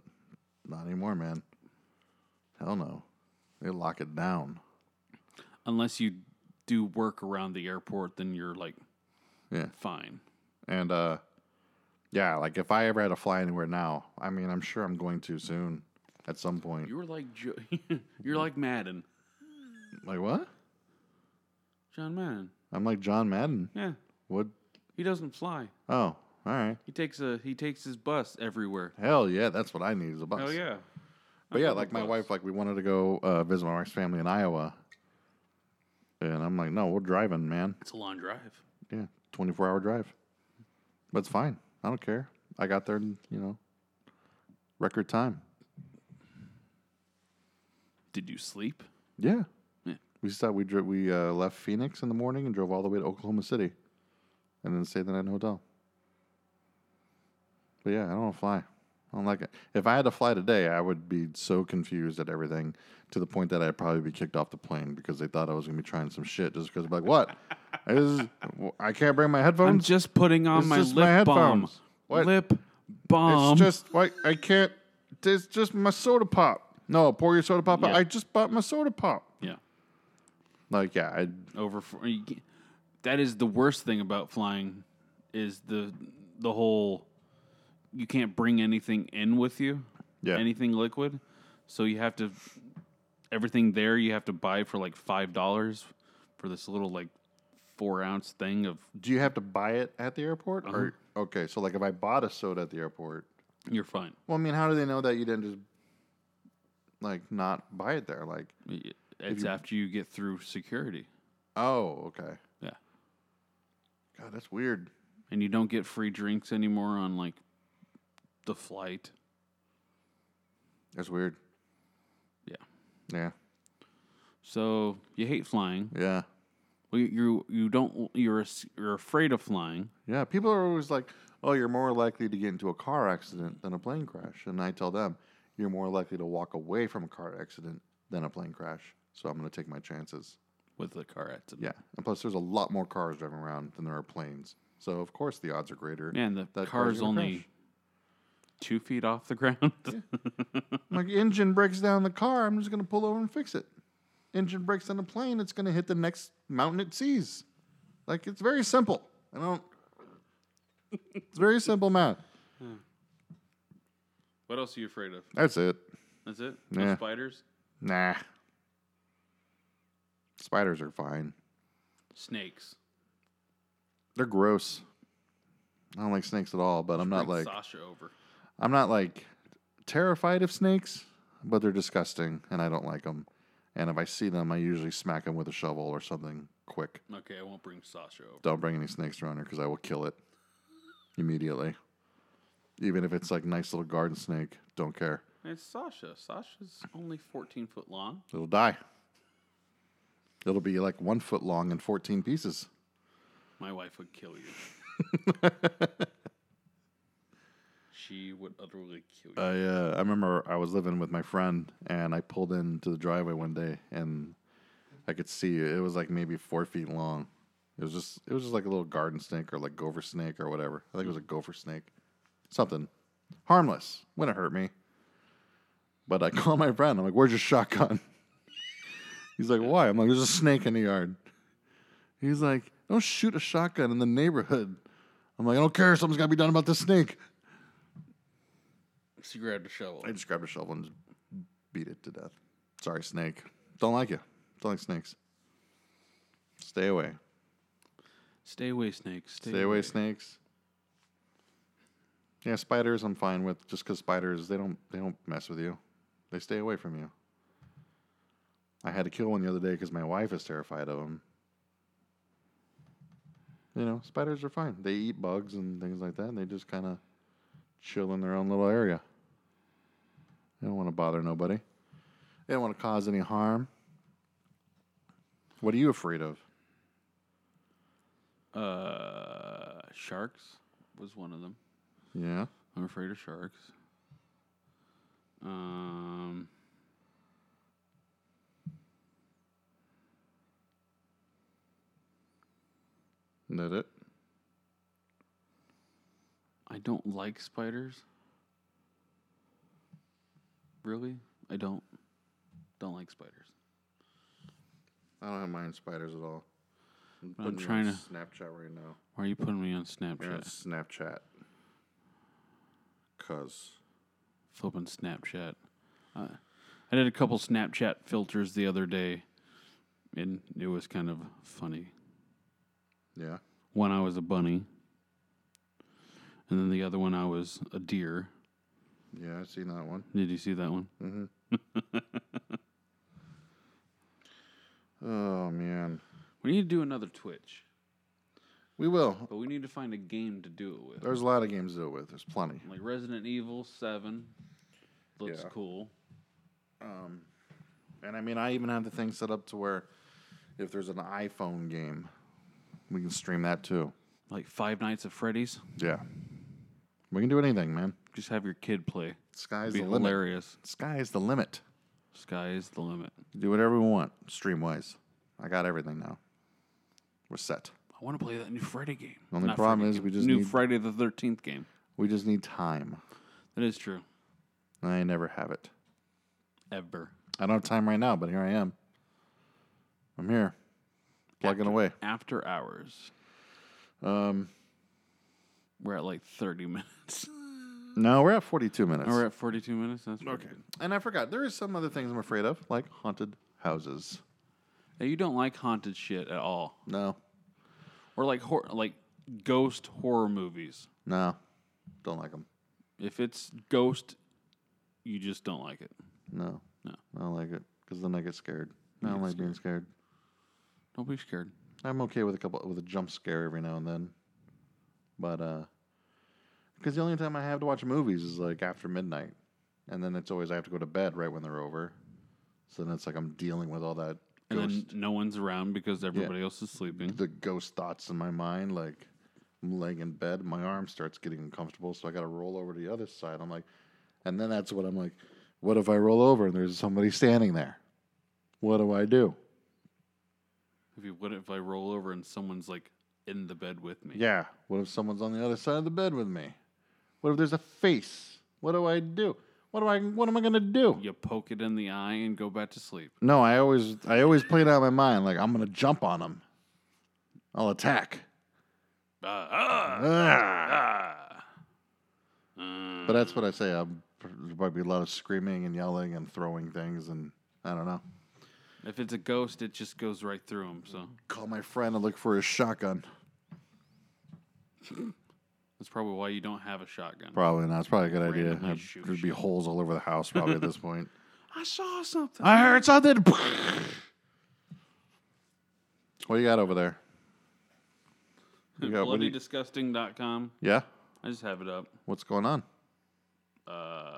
Speaker 1: not anymore, man. Hell no, they lock it down.
Speaker 2: Unless you do work around the airport, then you're like
Speaker 1: Yeah.
Speaker 2: fine.
Speaker 1: And uh, yeah, like if I ever had to fly anywhere now, I mean, I'm sure I'm going to soon at some point.
Speaker 2: You were like jo- you're like Madden,
Speaker 1: Like what?
Speaker 2: John Madden.
Speaker 1: I'm like John Madden.
Speaker 2: Yeah,
Speaker 1: What?
Speaker 2: he doesn't fly.
Speaker 1: Oh, all right.
Speaker 2: He takes a he takes his bus everywhere.
Speaker 1: Hell yeah, that's what I need is a bus.
Speaker 2: Oh yeah,
Speaker 1: But yeah,
Speaker 2: couple
Speaker 1: like my
Speaker 2: bucks.
Speaker 1: wife, like we wanted to go uh, visit my wife's family in Iowa, and I'm like, no, we're driving, man.
Speaker 2: it's a long drive.
Speaker 1: Yeah, 24 hour drive. But it's fine. I don't care. I got there in, you know, record time.
Speaker 2: Did you sleep?
Speaker 1: Yeah.
Speaker 2: Yeah.
Speaker 1: We just thought we dri- we uh, left Phoenix in the morning and drove all the way to Oklahoma City and then stayed the night in a hotel. But yeah, I don't want to fly. I don't like it. If I had to fly today, I would be so confused at everything to the point that I'd probably be kicked off the plane because they thought I was going to be trying some shit just because, like, what? Is, I can't bring my
Speaker 2: I'm
Speaker 1: headphones?
Speaker 2: just putting on
Speaker 1: It's
Speaker 2: my
Speaker 1: just
Speaker 2: lip
Speaker 1: my
Speaker 2: balm.
Speaker 1: headphones. What?
Speaker 2: Lip balm.
Speaker 1: It's just like I can't. It's just my soda pop. No, pour your soda pop. out.
Speaker 2: Yeah.
Speaker 1: I just bought my soda pop.
Speaker 2: yeah.
Speaker 1: Like yeah, I,
Speaker 2: over for, you get- that is the worst thing about flying is the the whole you can't bring anything in with you
Speaker 1: Yeah.
Speaker 2: anything liquid so you have to everything there you have to buy for like five dollars for this little like four ounce thing of
Speaker 1: do you have to buy it at the airport? Or okay, so like if I bought a soda at the airport,
Speaker 2: you're fine
Speaker 1: well, I mean, how do they know that you didn't just like not buy it there? Like
Speaker 2: it's after you get through security
Speaker 1: oh, okay,
Speaker 2: yeah
Speaker 1: God, that's weird.
Speaker 2: and you don't get free drinks anymore on like the flight
Speaker 1: That's weird.
Speaker 2: yeah
Speaker 1: Yeah,
Speaker 2: so you hate flying
Speaker 1: yeah,
Speaker 2: Well, you you don't you're as- you're afraid of flying.
Speaker 1: yeah. People are always like, oh, you're more likely to get into a car accident than a plane crash, and I tell them you're more likely to walk away from a car accident than a plane crash. So I'm going to take my chances.
Speaker 2: with the car accident.
Speaker 1: Yeah, and plus there's a lot more cars driving around than there are planes, so of course the odds are greater.
Speaker 2: Man, the
Speaker 1: that
Speaker 2: car's
Speaker 1: gonna
Speaker 2: only
Speaker 1: crash.
Speaker 2: two feet off the ground.
Speaker 1: My engine breaks down the car. I'm just gonna pull over and fix it. Engine breaks down the plane. It's gonna hit the next mountain it sees. Like it's very simple. I don't. it's very simple math.
Speaker 2: what else are you afraid of?
Speaker 1: That's it.
Speaker 2: That's it.
Speaker 1: Yeah.
Speaker 2: No spiders,
Speaker 1: Nah. Spiders are fine.
Speaker 2: snakes.
Speaker 1: They're gross. I don't like snakes at all, but I'm not
Speaker 2: Bring
Speaker 1: like
Speaker 2: Sasha over.
Speaker 1: I'm not like terrified of snakes, but they're disgusting and I don't like them. And if I see them, I usually smack them with a shovel or something quick.
Speaker 2: Okay, I won't bring Sasha over.
Speaker 1: Don't bring any snakes around here because I will kill it immediately. Even if it's like nice little garden snake, don't care.
Speaker 2: It's Sasha. Sasha's only fourteen foot long.
Speaker 1: It'll die. It'll be like one foot long and 14 pieces.
Speaker 2: My wife would kill you. she would utterly kill you.
Speaker 1: I uh, I remember I was living with my friend, and I pulled into the driveway one day, and I could see it. It was like maybe four feet long. It was just it was just like a little garden snake or like gopher snake or whatever. I think it was a gopher snake, something harmless. Wouldn't hurt me. But I call my friend. I'm like, "Where's your shotgun?" He's like, "Why?" I'm like, "There's a snake in the yard." He's like, "Don't shoot a shotgun in the neighborhood." I'm like, "I don't care. Something's got to be done about this snake."
Speaker 2: she grabbed a shovel.
Speaker 1: I just grabbed a shovel and just beat it to death. Sorry, snake. Don't like you. Don't like snakes. Stay away.
Speaker 2: Stay away, snakes. Stay,
Speaker 1: Stay away, snakes. Yeah, spiders I'm fine with just because spiders they don't they don't mess with you. They stay away from you. I had to kill one the other day because my wife is terrified of them. You know, spiders are fine. They eat bugs and things like that, and they just kind of chill in their own little area. They don't want to bother nobody. They don't want to cause any harm. What are you afraid of?
Speaker 2: Uh, sharks was one of them.
Speaker 1: Yeah.
Speaker 2: I'm afraid of sharks. Um,
Speaker 1: That it?
Speaker 2: I don't like spiders. Really, I don't. Don't like spiders.
Speaker 1: I don't have mine spiders at all. I'm,
Speaker 2: I'm
Speaker 1: putting you
Speaker 2: trying
Speaker 1: on
Speaker 2: to-
Speaker 1: Snapchat right now.
Speaker 2: Why are you putting me on
Speaker 1: You're on
Speaker 2: Snapchat?
Speaker 1: Snapchat. Cause
Speaker 2: Flipping Snapchat. Uh, I did a couple Snapchat filters the other day, and it was kind of funny.
Speaker 1: yeah,
Speaker 2: One I was a bunny, and then the other one I was a deer.
Speaker 1: yeah, I seen that one.
Speaker 2: Did you see that one?
Speaker 1: Oh man,
Speaker 2: We need to do another Twitch,
Speaker 1: we will.
Speaker 2: but we need to find a game to do it with.
Speaker 1: There's a lot of games to deal with. There's plenty.
Speaker 2: Like Resident Evil Seven looks
Speaker 1: Yeah.
Speaker 2: cool.
Speaker 1: And I mean, I even have the thing set up to where if there's an iPhone game, we can stream that too.
Speaker 2: Like Five Nights at Freddy's,
Speaker 1: Yeah, we can do anything, man.
Speaker 2: just have your kid play.
Speaker 1: Sky's
Speaker 2: Be
Speaker 1: the limit.
Speaker 2: hilarious.
Speaker 1: Sky's the limit.
Speaker 2: Sky is the limit.
Speaker 1: Do whatever we want, stream wise. I got everything now. We're set.
Speaker 2: I want to play that new Friday game.
Speaker 1: Only
Speaker 2: Not
Speaker 1: problem
Speaker 2: Friday
Speaker 1: is
Speaker 2: game,
Speaker 1: we just
Speaker 2: new
Speaker 1: need-
Speaker 2: Friday the Thirteenth game.
Speaker 1: We just need time.
Speaker 2: That is true.
Speaker 1: And I never have it.
Speaker 2: Ever
Speaker 1: I don't have time right now, but here I am. I'm here, plugging away.
Speaker 2: after hours,
Speaker 1: Um,
Speaker 2: we're at like thirty minutes.
Speaker 1: no, we're at 42 minutes.
Speaker 2: Oh, we're at forty-two minutes. That's pretty good.
Speaker 1: And I forgot, there is some other things I'm afraid of, like haunted houses.
Speaker 2: Now, you don't like haunted shit at all,
Speaker 1: No,
Speaker 2: or like hor- like ghost horror movies.
Speaker 1: no, don't like them.
Speaker 2: If it's ghost, you just don't like it.
Speaker 1: No,
Speaker 2: No.
Speaker 1: I don't like it because then I get scared. I
Speaker 2: You
Speaker 1: don't
Speaker 2: get
Speaker 1: like being scared.
Speaker 2: Don't be scared.
Speaker 1: I'm okay with a couple with a jump scare every now and then, but uh, because the only time I have to watch movies is like after midnight, and then it's always I have to go to bed right when they're over. So then it's like I'm dealing with all that
Speaker 2: And
Speaker 1: ghost,
Speaker 2: then no one's around because everybody else is sleeping.
Speaker 1: the ghost thoughts in my mind. Like I'm laying in bed, my arm starts getting uncomfortable, so I got to roll over to the other side. I'm like, and then that's what I'm like. What if I roll over and there's somebody standing there? What do I do?
Speaker 2: If you what if I roll over and someone's like in the bed with me?
Speaker 1: Yeah. What if someone's on the other side of the bed with me? What if there's a face? What do I do? What do I? What am I gonna do?
Speaker 2: You poke it in the eye and go back to sleep.
Speaker 1: No, I always I always play it out in my mind like I'm gonna jump on them. I'll attack.
Speaker 2: Ah, ah,
Speaker 1: Ah.
Speaker 2: ah. Mm.
Speaker 1: But that's what I say. I'm, there might be a lot of screaming and yelling and throwing things, and I don't know.
Speaker 2: If it's a ghost, it just goes right through him. So
Speaker 1: Call my friend and look for his shotgun.
Speaker 2: that's probably why you don't have a shotgun.
Speaker 1: Probably not. It's probably a good idea.
Speaker 2: Randomly
Speaker 1: I'd-
Speaker 2: shoot
Speaker 1: There'd be holes all over the house probably at this point.
Speaker 2: I saw something.
Speaker 1: I heard something. what you got over there? You got, what do you-
Speaker 2: BloodyDisgusting.com.
Speaker 1: yeah.
Speaker 2: I just have it up.
Speaker 1: What's going on?
Speaker 2: Uh,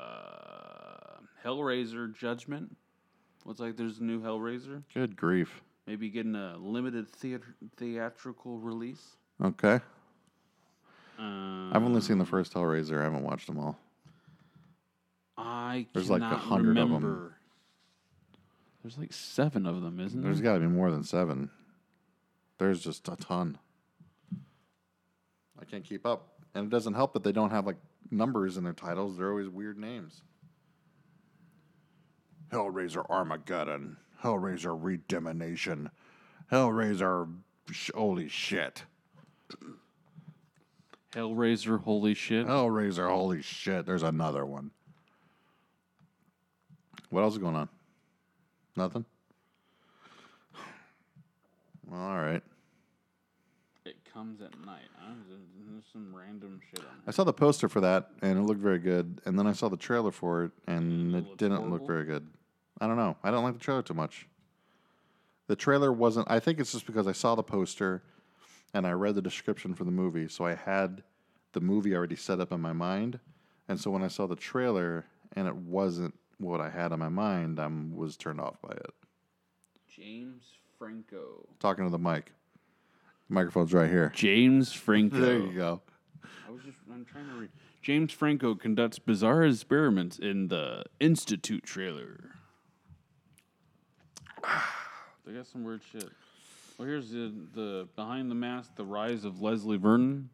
Speaker 2: Hellraiser Judgment. Looks like there's a new Hellraiser.
Speaker 1: Good grief.
Speaker 2: Maybe getting a limited theater- theatrical release.
Speaker 1: Okay.
Speaker 2: Um,
Speaker 1: I've only seen the first Hellraiser. I haven't watched them all.
Speaker 2: I
Speaker 1: There's like a
Speaker 2: cannot
Speaker 1: hundred of 'em.
Speaker 2: remember. There's like seven of them, isn't there?
Speaker 1: There's got to be more than seven. There's just a ton. I can't keep up, and it doesn't help that they don't have like numbers in their titles. They're always weird names. Hellraiser Armageddon, Hellraiser Redemoniation, Hellraiser. Sh- holy shit!
Speaker 2: Hellraiser, holy shit.
Speaker 1: Oh. Hellraiser. Holy shit! There's another one. What else is going on? Nothing. All right.
Speaker 2: It comes at night. I don't- There's some random shit on
Speaker 1: I saw the poster for that and it looked very good, and then I saw the trailer for it and
Speaker 2: it
Speaker 1: it
Speaker 2: looks
Speaker 1: didn't
Speaker 2: horrible?
Speaker 1: look very good. I don't know. I don't like the trailer too much. The trailer wasn't. I think it's just because I saw the poster and I read the description for the movie, so I had the movie already set up in my mind, and so when I saw the trailer and it wasn't what I had in my mind, I was turned off by it.
Speaker 2: James Franco.
Speaker 1: Talking to the mic, the microphone's right here.
Speaker 2: James Franco.
Speaker 1: There you go.
Speaker 2: I was just I'm trying to read. James Franco conducts bizarre experiments in the Institute trailer. they got some weird shit. Well, here's the, the behind the mask, the rise of Leslie Vernon.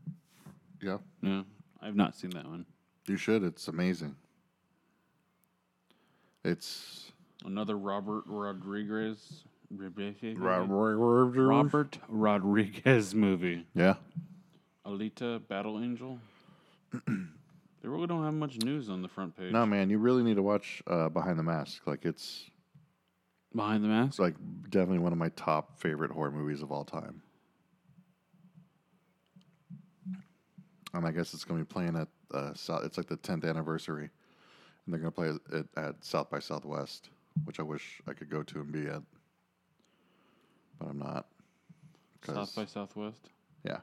Speaker 1: Yeah,
Speaker 2: Yeah, I've not seen that one.
Speaker 1: you should. It's amazing. It's
Speaker 2: Another Robert Rodriguez.
Speaker 1: Robert.
Speaker 2: Robert Rodriguez movie.
Speaker 1: Yeah.
Speaker 2: Alita Battle Angel. they really don't have much news on the front page.
Speaker 1: No, man, you really need to watch uh, Behind the Mask. Like, it's,
Speaker 2: Behind the mask.
Speaker 1: it's like definitely one of my top favorite horror movies of all time. And I guess it's going to be playing at uh, South. It's like the 10th anniversary, and they're going to play it- it at South by Southwest, which I wish I could go to and be at, but I'm not. 'cause-
Speaker 2: South by Southwest.
Speaker 1: Yeah.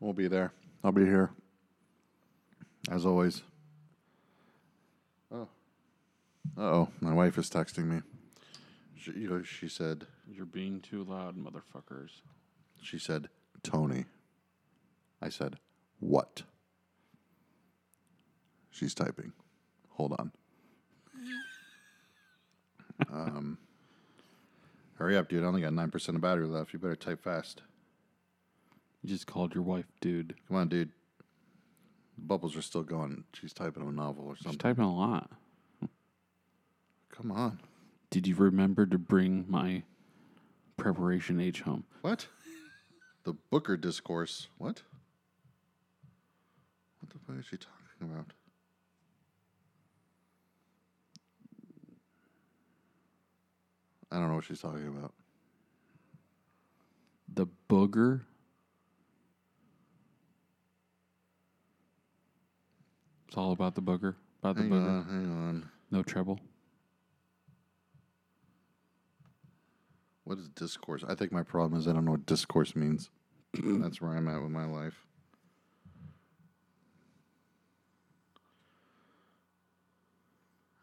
Speaker 1: We'll be there. I'll be here. As always. Oh. Uh oh. My wife is texting me. She, you know, she said,
Speaker 2: You're being too loud, motherfuckers.
Speaker 1: she said, Tony. I said, what? She's typing. Hold on. um, Um, hurry up, dude. I only got 9% of battery left. You better type fast.
Speaker 2: You just called your wife, dude.
Speaker 1: Come on, dude. Bubbles are still going. She's typing a novel or
Speaker 2: She's
Speaker 1: something.
Speaker 2: typing a lot.
Speaker 1: Come on.
Speaker 2: Did you remember to bring my preparation H home?
Speaker 1: What? The Booker discourse. What? What the fuck is she talking about? I don't know what she's talking about.
Speaker 2: The booger? It's all about the booger. About the
Speaker 1: Hang
Speaker 2: booger.
Speaker 1: on, hang on.
Speaker 2: No treble.
Speaker 1: What is discourse? I think my problem is I don't know what discourse means. That's where I'm at with my life.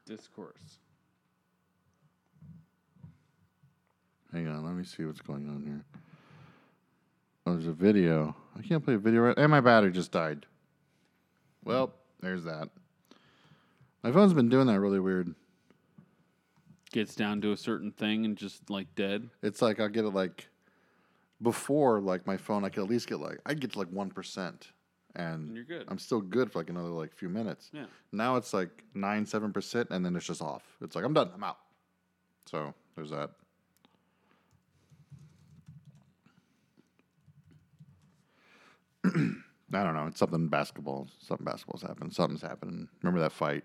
Speaker 2: Discourse.
Speaker 1: Hang on, let me see what's going on here. Oh, there's a video. I can't play a video right. And my battery just died. Well, there's that. My phone's been doing that really weird.
Speaker 2: Gets down to a certain thing and just like dead.
Speaker 1: It's like I'll get it like before like my phone. I could at least get like I get to like one percent, and
Speaker 2: You're good.
Speaker 1: I'm still good for like another like few minutes.
Speaker 2: Yeah.
Speaker 1: Now it's like nine seven percent, and then it's just off. It's like I'm done. I'm out. So there's that. I don't know. It's something basketball. Something basketball's happened. Something's happened. Remember that fight?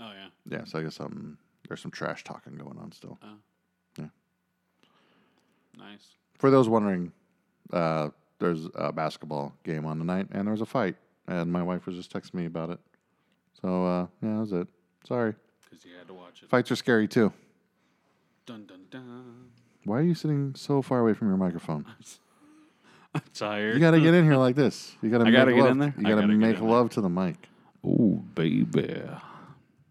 Speaker 2: Oh, yeah.
Speaker 1: Yeah. So I guess something. There's some trash talking going on still.
Speaker 2: Nice.
Speaker 1: for those wondering, uh, there's a basketball game on tonight, and there was a fight, and my wife was just texting me about it. So uh, yeah, that was it. Sorry,
Speaker 2: Because you had to watch it.
Speaker 1: fights are scary too.
Speaker 2: Dun, dun, dun.
Speaker 1: Why are you sitting so far away from your microphone?
Speaker 2: I'm tired.
Speaker 1: You gotta get in here like this. You gotta.
Speaker 2: I gotta
Speaker 1: make
Speaker 2: get
Speaker 1: love.
Speaker 2: in there?
Speaker 1: You
Speaker 2: I
Speaker 1: gotta,
Speaker 2: gotta get
Speaker 1: make
Speaker 2: in there.
Speaker 1: love to the mic.
Speaker 2: Ooh, baby.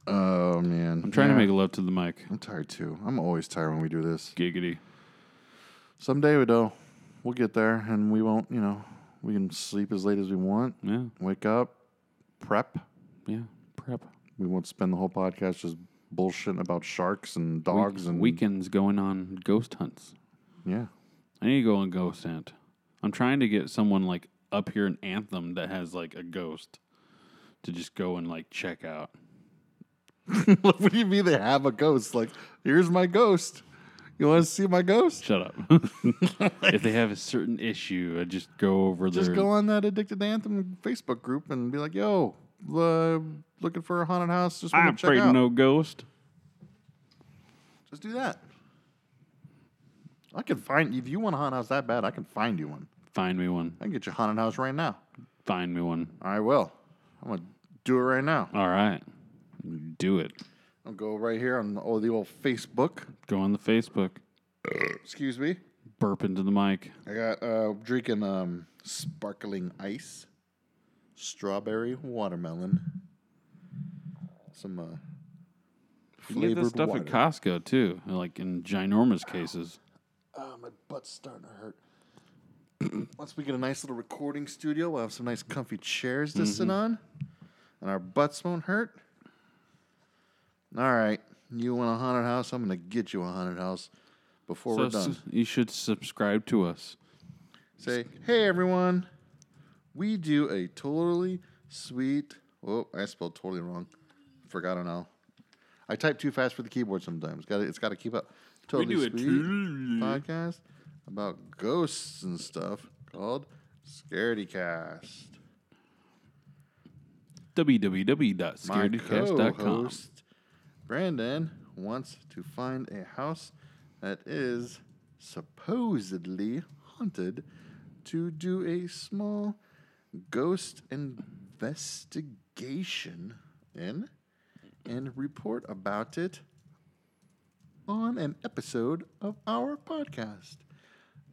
Speaker 1: Oh man,
Speaker 2: I'm trying to make love to the mic.
Speaker 1: I'm tired too. I'm always tired when we do this.
Speaker 2: Giggity.
Speaker 1: Someday we do. We'll get there, and we won't. You know, we can sleep as late as we want.
Speaker 2: Yeah,
Speaker 1: Wake up, prep.
Speaker 2: yeah. Prep.
Speaker 1: We won't spend the whole podcast just bullshitting about sharks and dogs and
Speaker 2: weekends going on ghost hunts.
Speaker 1: Yeah,
Speaker 2: I need to go on ghost hunt. I'm trying to get someone like up here in Anthem that has like a ghost to just go and like check out.
Speaker 1: what do you mean they have a ghost? Like, here's my ghost. You want to see my ghost?
Speaker 2: Shut up. if they have a certain issue, I just go over there.
Speaker 1: Just go on that Addicted to Anthem Facebook group and be like, "Yo, uh, looking for a haunted house? Just
Speaker 2: I'm
Speaker 1: want to check
Speaker 2: afraid of
Speaker 1: out."
Speaker 2: no ghost.
Speaker 1: Just do that. I can find if you want a haunted house that bad, I can find you one.
Speaker 2: Find me one.
Speaker 1: I can get you a haunted house right now.
Speaker 2: Find me one.
Speaker 1: I will. I'm gonna do it right now.
Speaker 2: All right. Do it.
Speaker 1: I'll go right here on the old, the old Facebook.
Speaker 2: Go on the Facebook.
Speaker 1: Excuse me.
Speaker 2: Burp into the mic.
Speaker 1: I got uh, drinking um, sparkling ice, strawberry watermelon, some uh,
Speaker 2: You get
Speaker 1: flavored
Speaker 2: this stuff
Speaker 1: water.
Speaker 2: at Costco too, like in ginormous cases.
Speaker 1: Ah, my butt's starting to hurt. Once we get a nice little recording studio, we'll have some nice comfy chairs to
Speaker 2: Mm-hmm.
Speaker 1: sit on, and our butts won't hurt. All right, you want a haunted house? I'm gonna get you a haunted house before
Speaker 2: So
Speaker 1: we're done.
Speaker 2: s- you should subscribe to us.
Speaker 1: Say, hey everyone, we do a totally sweet. Oh, I spelled totally wrong. Forgot an L. I type too fast for the keyboard sometimes. Got It's got to keep up. Totally
Speaker 2: do a
Speaker 1: sweet
Speaker 2: totally-
Speaker 1: podcast about ghosts and stuff called Scaredycast. My
Speaker 2: www.scaredycast.com.
Speaker 1: co-host Brandon wants to find a house that is supposedly haunted to do a small ghost investigation in and report about it on an episode of our podcast.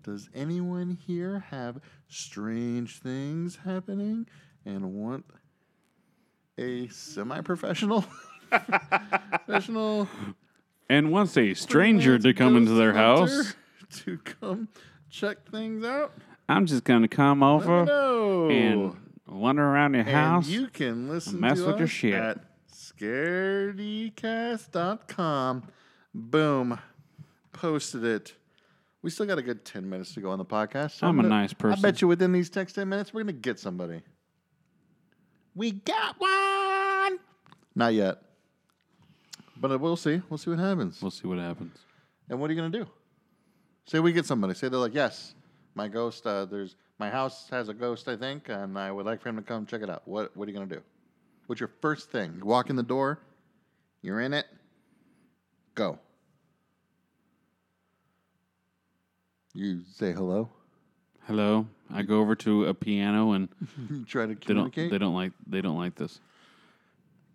Speaker 1: Does anyone here have strange things happening and want a semi-professional professional
Speaker 2: And wants a stranger to come into their
Speaker 1: ghost
Speaker 2: house.
Speaker 1: hunter to come check things out.
Speaker 2: I'm just gonna come over
Speaker 1: No.
Speaker 2: and wander around your
Speaker 1: And
Speaker 2: house.
Speaker 1: you can listen
Speaker 2: mess
Speaker 1: to
Speaker 2: with your
Speaker 1: us
Speaker 2: shit.
Speaker 1: at scaredycast.com. Boom. Posted it. We still got a good 10 minutes to go on the podcast. so
Speaker 2: I'm a
Speaker 1: gonna-
Speaker 2: nice
Speaker 1: I
Speaker 2: person.
Speaker 1: bet you within these next 10 minutes, we're going to get somebody. We got one. Not yet. But uh, we'll see. We'll see what happens.
Speaker 2: we'll see what happens.
Speaker 1: And what are you going to do? Say we get somebody. Say they're like, yes, my ghost. Uh, there's my house has a ghost, I think, and I would like for him to come check it out. What What are you going to do? What's your first thing? You walk in the door. You're in it. Go. You say hello.
Speaker 2: Hello. I go over to a piano and
Speaker 1: You try to
Speaker 2: they don't
Speaker 1: communicate.
Speaker 2: they don't like they don't like this.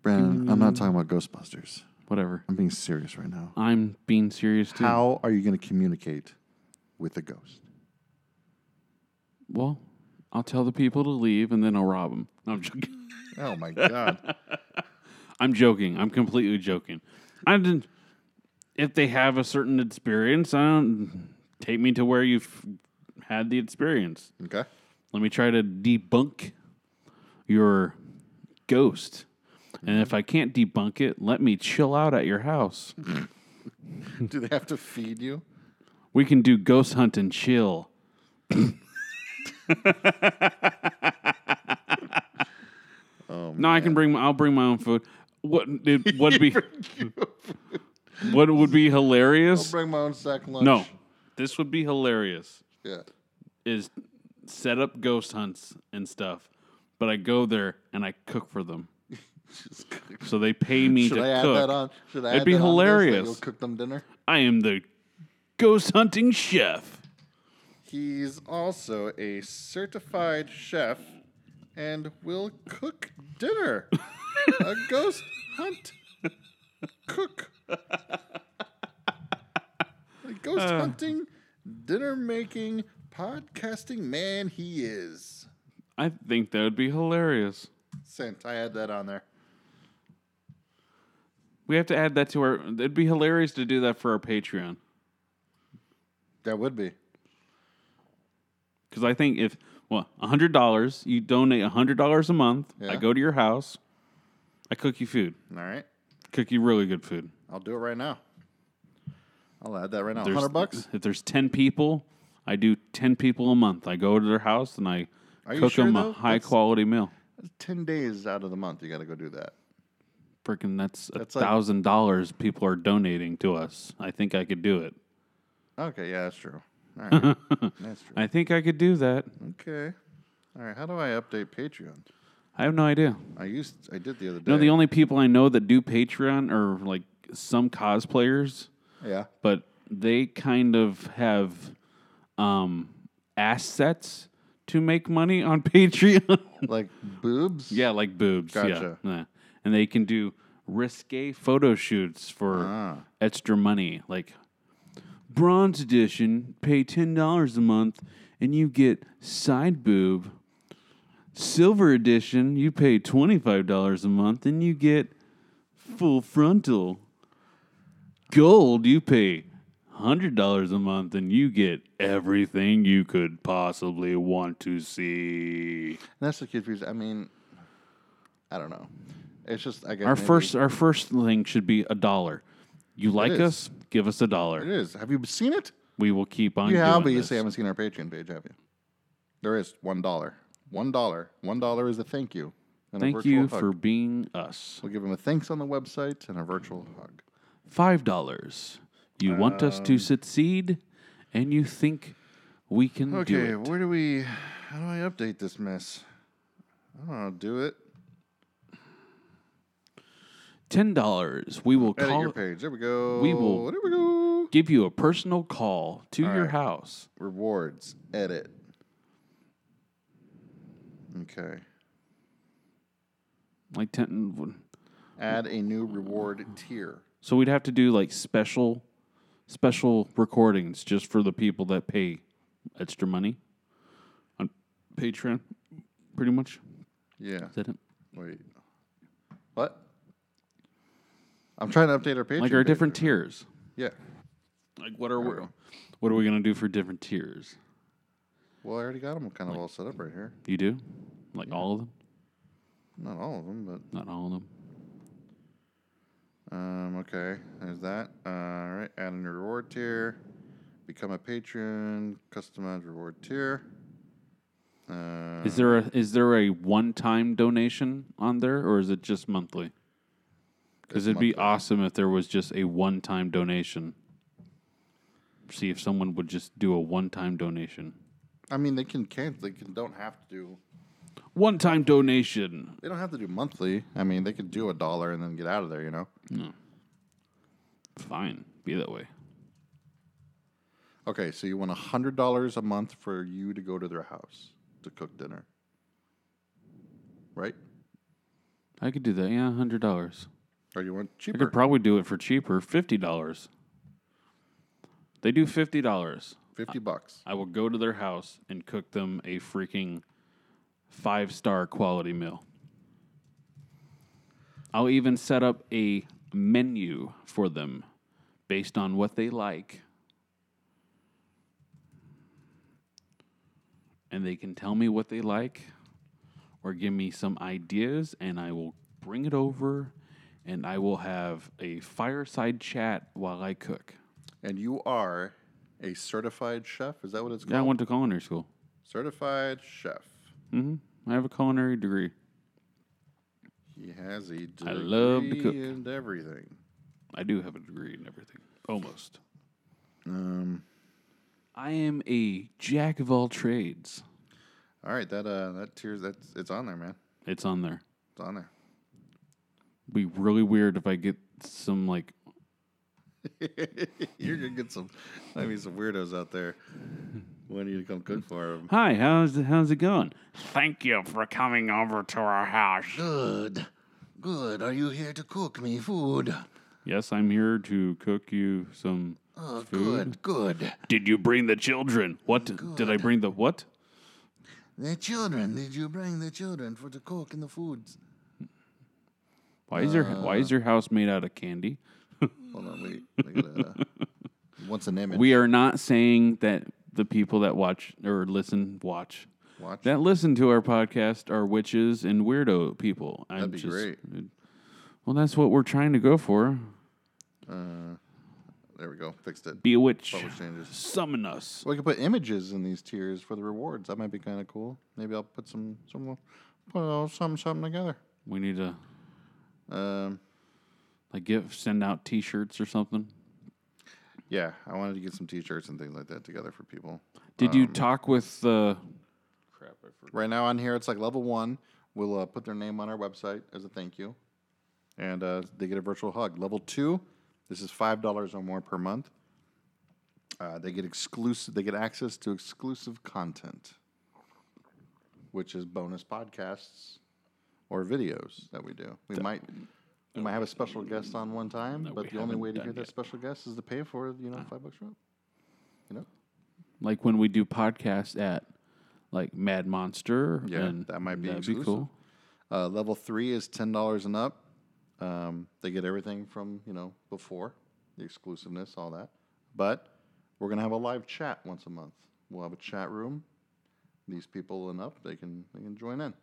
Speaker 1: Brandon, I'm not talking about Ghostbusters.
Speaker 2: Whatever.
Speaker 1: I'm being serious right now.
Speaker 2: I'm being serious too.
Speaker 1: How are you going to communicate with the ghost?
Speaker 2: Well, I'll tell the people to leave and then I'll rob them. I'm joking.
Speaker 1: Oh my god!
Speaker 2: I'm joking. I'm completely joking. I didn't. If they have a certain experience, I don't take me to where you've had the experience.
Speaker 1: okay.
Speaker 2: Let me try to debunk your ghost. And if I can't debunk it, let me chill out at your house.
Speaker 1: Do they have to feed you?
Speaker 2: We can do ghost hunt and chill. no, I can bring. My, I'll bring my own food. What it would be? what would be hilarious?
Speaker 1: Bring my own sack lunch.
Speaker 2: No, this would be hilarious.
Speaker 1: Yeah.
Speaker 2: Is set up ghost hunts and stuff, but I go there and I cook for them,
Speaker 1: Just-
Speaker 2: so they pay me
Speaker 1: Should
Speaker 2: to
Speaker 1: I add
Speaker 2: cook.
Speaker 1: that on? Should I
Speaker 2: It'd
Speaker 1: add
Speaker 2: be
Speaker 1: that on this, that
Speaker 2: hilarious.
Speaker 1: You'll cook them dinner.
Speaker 2: I am the ghost hunting chef.
Speaker 1: He's also a certified chef and will cook dinner. a ghost hunt cook. A ghost
Speaker 2: Uh.
Speaker 1: hunting, dinner making, podcasting man he is.
Speaker 2: I think that would be hilarious.
Speaker 1: Sent. I had that on there.
Speaker 2: We have to add that to our. It'd be hilarious to do that for our Patreon
Speaker 1: That would be.
Speaker 2: because I think if well, hundred dollars, you donate hundred dollars a month.
Speaker 1: Yeah.
Speaker 2: I go to your house, I cook you food,
Speaker 1: All right.
Speaker 2: cook you really good food.
Speaker 1: I'll do it right now. I'll add that right now.
Speaker 2: There's-
Speaker 1: 100 bucks?
Speaker 2: If there's ten people, I do ten people a month. I go to their house and I
Speaker 1: Are you
Speaker 2: cook
Speaker 1: sure,
Speaker 2: them
Speaker 1: though?
Speaker 2: a high
Speaker 1: That's-
Speaker 2: quality meal.
Speaker 1: 10 days out of the month, you got to go do that.
Speaker 2: Freaking, that's a
Speaker 1: That's like-
Speaker 2: thousand dollars people are donating to us. I think I could do it.
Speaker 1: Okay, yeah, that's true. All right. that's true.
Speaker 2: I think I could do that.
Speaker 1: Okay. All right, how do I update Patreon?
Speaker 2: I have no idea.
Speaker 1: I used I did the other day.
Speaker 2: No, the only people I know that do Patreon are like some cosplayers,
Speaker 1: yeah.
Speaker 2: but they kind of have um, assets to make money on Patreon.
Speaker 1: Like boobs?
Speaker 2: yeah, like boobs.
Speaker 1: Gotcha.
Speaker 2: Yeah, yeah. and they can do risque photo shoots for
Speaker 1: Ah.
Speaker 2: extra money, like bronze edition. Pay ten dollars a month, and you get side boob. Silver edition, you pay twenty five dollars a month, and you get full frontal. Gold, you pay hundred dollars a month, and you get everything you could possibly want to see.
Speaker 1: And that's the kid piece. I mean, I don't know. It's just, I guess.
Speaker 2: Our
Speaker 1: maybe-
Speaker 2: first our first thing should be a dollar. You like
Speaker 1: is.
Speaker 2: us? Give us a dollar.
Speaker 1: It is. Have you seen it?
Speaker 2: We will keep on.
Speaker 1: You have,
Speaker 2: doing
Speaker 1: but you
Speaker 2: this.
Speaker 1: say haven't seen our Patreon page, have you? There is $1. $1. $1 is a thank you. And a
Speaker 2: Thank
Speaker 1: virtual
Speaker 2: you
Speaker 1: hug.
Speaker 2: for being us.
Speaker 1: We'll give him a thanks on the website and a virtual hug.
Speaker 2: Five dollars. You want us
Speaker 1: Um,
Speaker 2: to succeed, and you think we can do
Speaker 1: Okay,
Speaker 2: it.
Speaker 1: where do we? How do I update this mess? I don't know. Do it.
Speaker 2: Ten dollars. We will
Speaker 1: Edit your
Speaker 2: call.
Speaker 1: page. There we go.
Speaker 2: We will-
Speaker 1: There we go.
Speaker 2: Give you a personal call to your
Speaker 1: right.
Speaker 2: house.
Speaker 1: Rewards. Edit. Okay.
Speaker 2: Like ten.
Speaker 1: Add a new reward tier.
Speaker 2: So we'd have to do like special, special recordings just for the people that pay extra money on Patreon. Pretty much.
Speaker 1: Yeah.
Speaker 2: Is that it?
Speaker 1: Wait. What? I'm trying to update our page.
Speaker 2: Like our different tiers.
Speaker 1: Yeah.
Speaker 2: Like what are we?
Speaker 1: know.
Speaker 2: What are we gonna do for different tiers?
Speaker 1: Well, I already got them kind of all set up right here.
Speaker 2: You do? Like all of them?
Speaker 1: Not all of them, but
Speaker 2: Not all of them.
Speaker 1: um, okay. There's that. Uh, all right. Add a new reward tier. Become a patron. Customize reward tier. Uh,
Speaker 2: Is there a is there a one time donation on there or is it just monthly? Because
Speaker 1: It's
Speaker 2: it'd be
Speaker 1: monthly.
Speaker 2: awesome if there was just a one time donation. See if someone would just do a one time donation.
Speaker 1: I mean, they can can't. They can don't have to do.
Speaker 2: One time donation.
Speaker 1: They don't have to do monthly. I mean, they could do a dollar and then get out of there. You know.
Speaker 2: Hmm. Fine. Be that way.
Speaker 1: Okay, so you want hundred dollars a month for you to go to their house to cook dinner, right?
Speaker 2: I could do that. Yeah, hundred dollars.
Speaker 1: Or you want
Speaker 2: I
Speaker 1: cheaper,
Speaker 2: could probably do it for cheaper, fifty dollars. They do fifty dollars.
Speaker 1: fifty bucks.
Speaker 2: I will go to their house and cook them a freaking five star quality meal. I'll even set up a menu for them based on what they like. And they can tell me what they like or give me some ideas, and I will bring it over and I will have a fireside chat while I cook.
Speaker 1: And you are a certified chef. Is that what it's called?
Speaker 2: Yeah, I went to culinary school.
Speaker 1: certified chef.
Speaker 2: Mm-hmm. I have a culinary degree.
Speaker 1: He has a degree
Speaker 2: I love to cook.
Speaker 1: and everything.
Speaker 2: I do have a degree in everything, almost.
Speaker 1: Um,
Speaker 2: I am a jack of all trades.
Speaker 1: all right, that uh, that tiers that's it's on there, man.
Speaker 2: It's on there.
Speaker 1: It's on there.
Speaker 2: Be really weird if I get some like
Speaker 1: You're gonna get some, I mean, some weirdos out there. When are you gonna come cook for them?
Speaker 2: Hi, how's how's it going? Thank you for coming over to our house.
Speaker 1: Good, good. Are you here to cook me food?
Speaker 2: Yes, I'm here to cook you some
Speaker 1: Oh, good,
Speaker 2: Food?
Speaker 1: good.
Speaker 2: Did you bring the children? What did I bring the what?
Speaker 1: The children, did you bring the children for the cook and the foods?
Speaker 2: Why is your why is your house made out of candy?
Speaker 1: Hold on, wait. I gotta, what's an image?
Speaker 2: We are not saying that the people that watch or listen watch
Speaker 1: Watch.
Speaker 2: that listen to our podcast are witches and weirdo people. I'm
Speaker 1: That'd be
Speaker 2: just, uh,
Speaker 1: great.
Speaker 2: Well, that's what we're trying to go for.
Speaker 1: There we go. Fixed it.
Speaker 2: Be a witch.
Speaker 1: Publish changes.
Speaker 2: Summon us.
Speaker 1: So we can put images in these tiers for the rewards. That might be kind of cool. Maybe I'll put some, some, put all some, something together.
Speaker 2: We need to
Speaker 1: Um,
Speaker 2: like give send out T-shirts or something.
Speaker 1: yeah, I wanted to get some T-shirts and things like that together for people.
Speaker 2: Did you talk with uh, the? Crap, I forgot.
Speaker 1: Right now on here, it's like level one. We'll uh, put their name on our website as a thank you, and uh, they get a virtual hug. Level two, this is five dollars or more per month. Uh, they get exclusive. They get access to exclusive content, which is bonus podcasts or videos that we do. We might we might have a special guest on one time, but
Speaker 2: we
Speaker 1: the only
Speaker 2: haven't
Speaker 1: way to hear
Speaker 2: done
Speaker 1: that
Speaker 2: yet. Ah.
Speaker 1: special guest is to pay for you know five bucks a month. You know,
Speaker 2: Like when we do podcasts at like Mad Monster.
Speaker 1: Yeah,
Speaker 2: and
Speaker 1: that might be
Speaker 2: that'd
Speaker 1: exclusive.
Speaker 2: cool.
Speaker 1: uh, level three is ten dollars and up. Um, they get everything from you know before the exclusiveness, all that. But we're gonna have a live chat once a month. We'll have a chat room. These people and up, they can they can join in.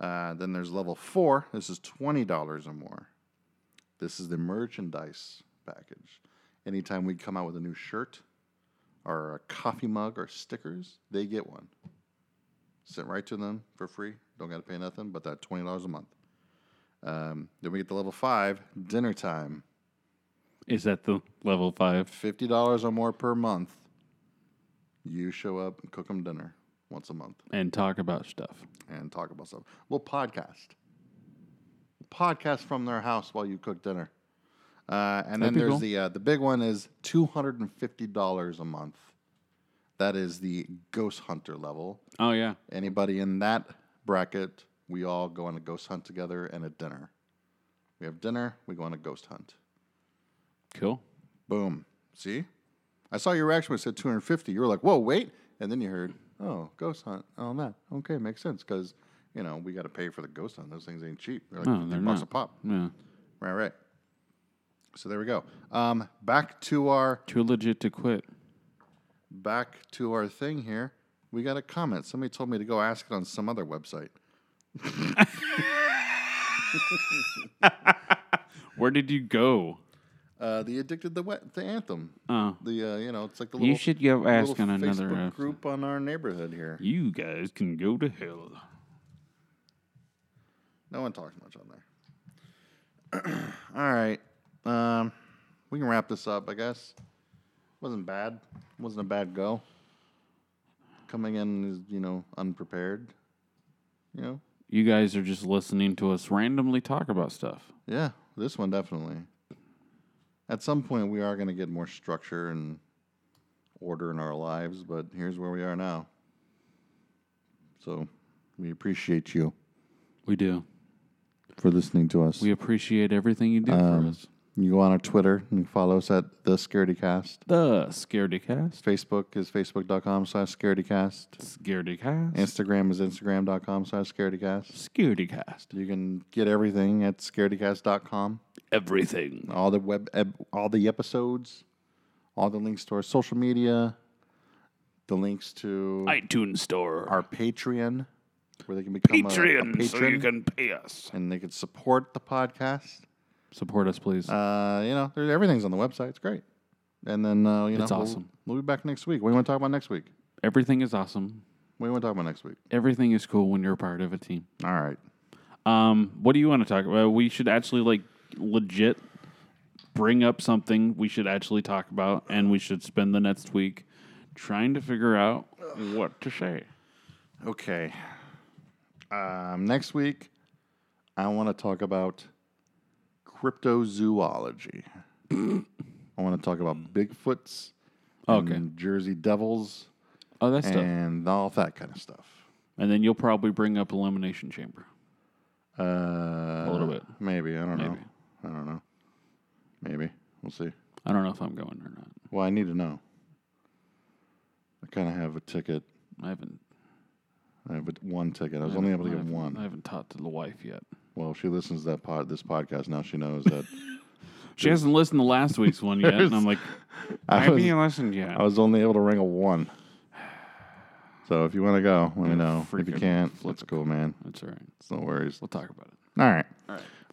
Speaker 1: Uh, then there's level four. This is twenty dollars or more. This is the merchandise package. Anytime we come out with a new shirt, or a coffee mug, or stickers, they get one sent right to them for free. Don't got to pay nothing but that twenty dollars a month. Um, then we get to level five, dinner time,
Speaker 2: Is that the level five?
Speaker 1: fifty dollars or more per month. You show up and cook them dinner once a month
Speaker 2: And talk about stuff.
Speaker 1: and talk about stuff. We'll podcast, podcast from their house while you cook dinner. Uh, and then
Speaker 2: be
Speaker 1: there's
Speaker 2: cool.
Speaker 1: the uh, the big one is two hundred and fifty dollars a month. That is the ghost hunter level.
Speaker 2: Oh yeah.
Speaker 1: Anybody in that bracket, we all go on a ghost hunt together and a dinner. We have dinner, we go on a ghost hunt.
Speaker 2: Cool.
Speaker 1: Boom. See? I saw your reaction when I said 250. You were like, whoa, wait. And then you heard, oh, ghost hunt. Oh, man. Okay, makes sense because, you know, we got to pay for the ghost hunt. Those things ain't cheap. They're like
Speaker 2: No,
Speaker 1: 50
Speaker 2: they're
Speaker 1: bucks
Speaker 2: not.
Speaker 1: a pop.
Speaker 2: Yeah.
Speaker 1: Right, right. So there we go. Um, back to our
Speaker 2: Too legit to quit.
Speaker 1: back to our thing here. We got a comment. Somebody told me to go ask it on some other website.
Speaker 2: Where did you go?
Speaker 1: Uh, the addicted the wet the anthem.
Speaker 2: Oh.
Speaker 1: The uh, you know it's like the
Speaker 2: You
Speaker 1: little
Speaker 2: should go
Speaker 1: the
Speaker 2: ask
Speaker 1: little
Speaker 2: on another
Speaker 1: Facebook
Speaker 2: app.
Speaker 1: group on our neighborhood here.
Speaker 2: You guys can go to hell.
Speaker 1: No one talks much on there. All right, um, we can wrap this up. I guess wasn't bad. Wasn't a bad go. Coming in is you know unprepared. You know
Speaker 2: You guys are just listening to us randomly talk about stuff.
Speaker 1: yeah, this one definitely. At some point, we are going to get more structure and order in our lives, but here's where we are now. So, we appreciate you.
Speaker 2: We do.
Speaker 1: for listening to us. Um,
Speaker 2: We appreciate everything you do for us.
Speaker 1: you go on our Twitter and follow us at the Scaredycast.
Speaker 2: The Scaredycast.
Speaker 1: Facebook is facebook.com slash scaredycast.
Speaker 2: Scaredycast.
Speaker 1: Instagram is instagram.com slash scaredycast.
Speaker 2: Scaredycast.
Speaker 1: You can get everything at scaredycast.com.
Speaker 2: Everything.
Speaker 1: All the web, eb- all the episodes, all the links to our social media, the links
Speaker 2: Oh.
Speaker 1: to
Speaker 2: iTunes Store.
Speaker 1: our Patreon, where they can become a- a, patron
Speaker 2: can pay us.
Speaker 1: and they can support the podcast.
Speaker 2: Support us, please.
Speaker 1: Uh, you know, there- everything's on the website. It's great. And then uh, you know,
Speaker 2: It's
Speaker 1: we'll-
Speaker 2: awesome.
Speaker 1: We'll, be back next week. What do you want to talk about next week?
Speaker 2: Everything is awesome.
Speaker 1: What do you want to talk about next week?
Speaker 2: Everything is cool when you're a part of a team.
Speaker 1: All right.
Speaker 2: Um, what do you want to talk about? We should actually like legit bring up something we should actually talk about, and we should spend the next week trying to figure out what to say.
Speaker 1: Okay. Um, next week, I want to talk about cryptozoology. I want to talk about Bigfoots,
Speaker 2: Okay.
Speaker 1: and Jersey Devils,
Speaker 2: Oh, that's stuff.
Speaker 1: and all that kind of stuff.
Speaker 2: And then you'll probably bring up elimination chamber.
Speaker 1: Uh, a
Speaker 2: little bit.
Speaker 1: maybe. I don't know.
Speaker 2: Maybe.
Speaker 1: I don't know. Maybe we'll see.
Speaker 2: I don't know if I'm going or not.
Speaker 1: Well, I need to know. I kind of have a ticket.
Speaker 2: I haven't.
Speaker 1: I have a, one ticket. I was only able to
Speaker 2: I
Speaker 1: get
Speaker 2: haven't- I
Speaker 1: one.
Speaker 2: haven't talked to the wife yet.
Speaker 1: Well, she listens to that pod, this podcast now. She knows that
Speaker 2: She hasn't listened to last week's one yet, and I'm like, I
Speaker 1: I
Speaker 2: haven't
Speaker 1: was,
Speaker 2: you listened yet.
Speaker 1: I was only able to ring a one. So if you want to go, let me know. If you
Speaker 2: freaking
Speaker 1: can't, let's go, man.
Speaker 2: That's all right.
Speaker 1: It's no worries.
Speaker 2: We'll talk about it. Ah,
Speaker 1: All right.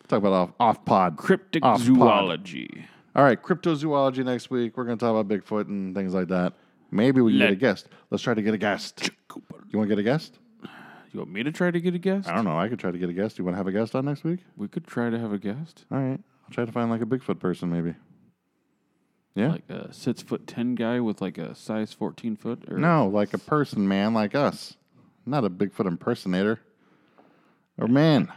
Speaker 1: Talk about off off pod.
Speaker 2: Cryptic
Speaker 1: Off pod.
Speaker 2: zoology.
Speaker 1: All right, cryptozoology next week. We're going to talk about Bigfoot and things like that. Maybe we can get
Speaker 2: Let-
Speaker 1: a guest. Let's try to get a guest.
Speaker 2: Cooper.
Speaker 1: You want to get a guest?
Speaker 2: You want me to try to get a guest?
Speaker 1: I don't know. I could try to get a guest. You want to have a guest on next week?
Speaker 2: We could try to have a guest,
Speaker 1: All right. I'll try to find like a Bigfoot person, maybe. Yeah.
Speaker 2: like a six foot ten guy with like a size fourteen foot. Or
Speaker 1: no, like a person, man, like us. Not a Bigfoot impersonator. Or man.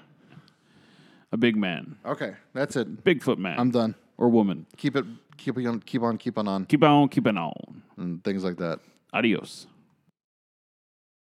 Speaker 2: a big man,
Speaker 1: Okay, that's it.
Speaker 2: Bigfoot man.
Speaker 1: I'm done.
Speaker 2: or woman.
Speaker 1: Keep it, keep on, keep on, keep on, on,
Speaker 2: Keep on, keep on.
Speaker 1: and things like that.
Speaker 2: Adios.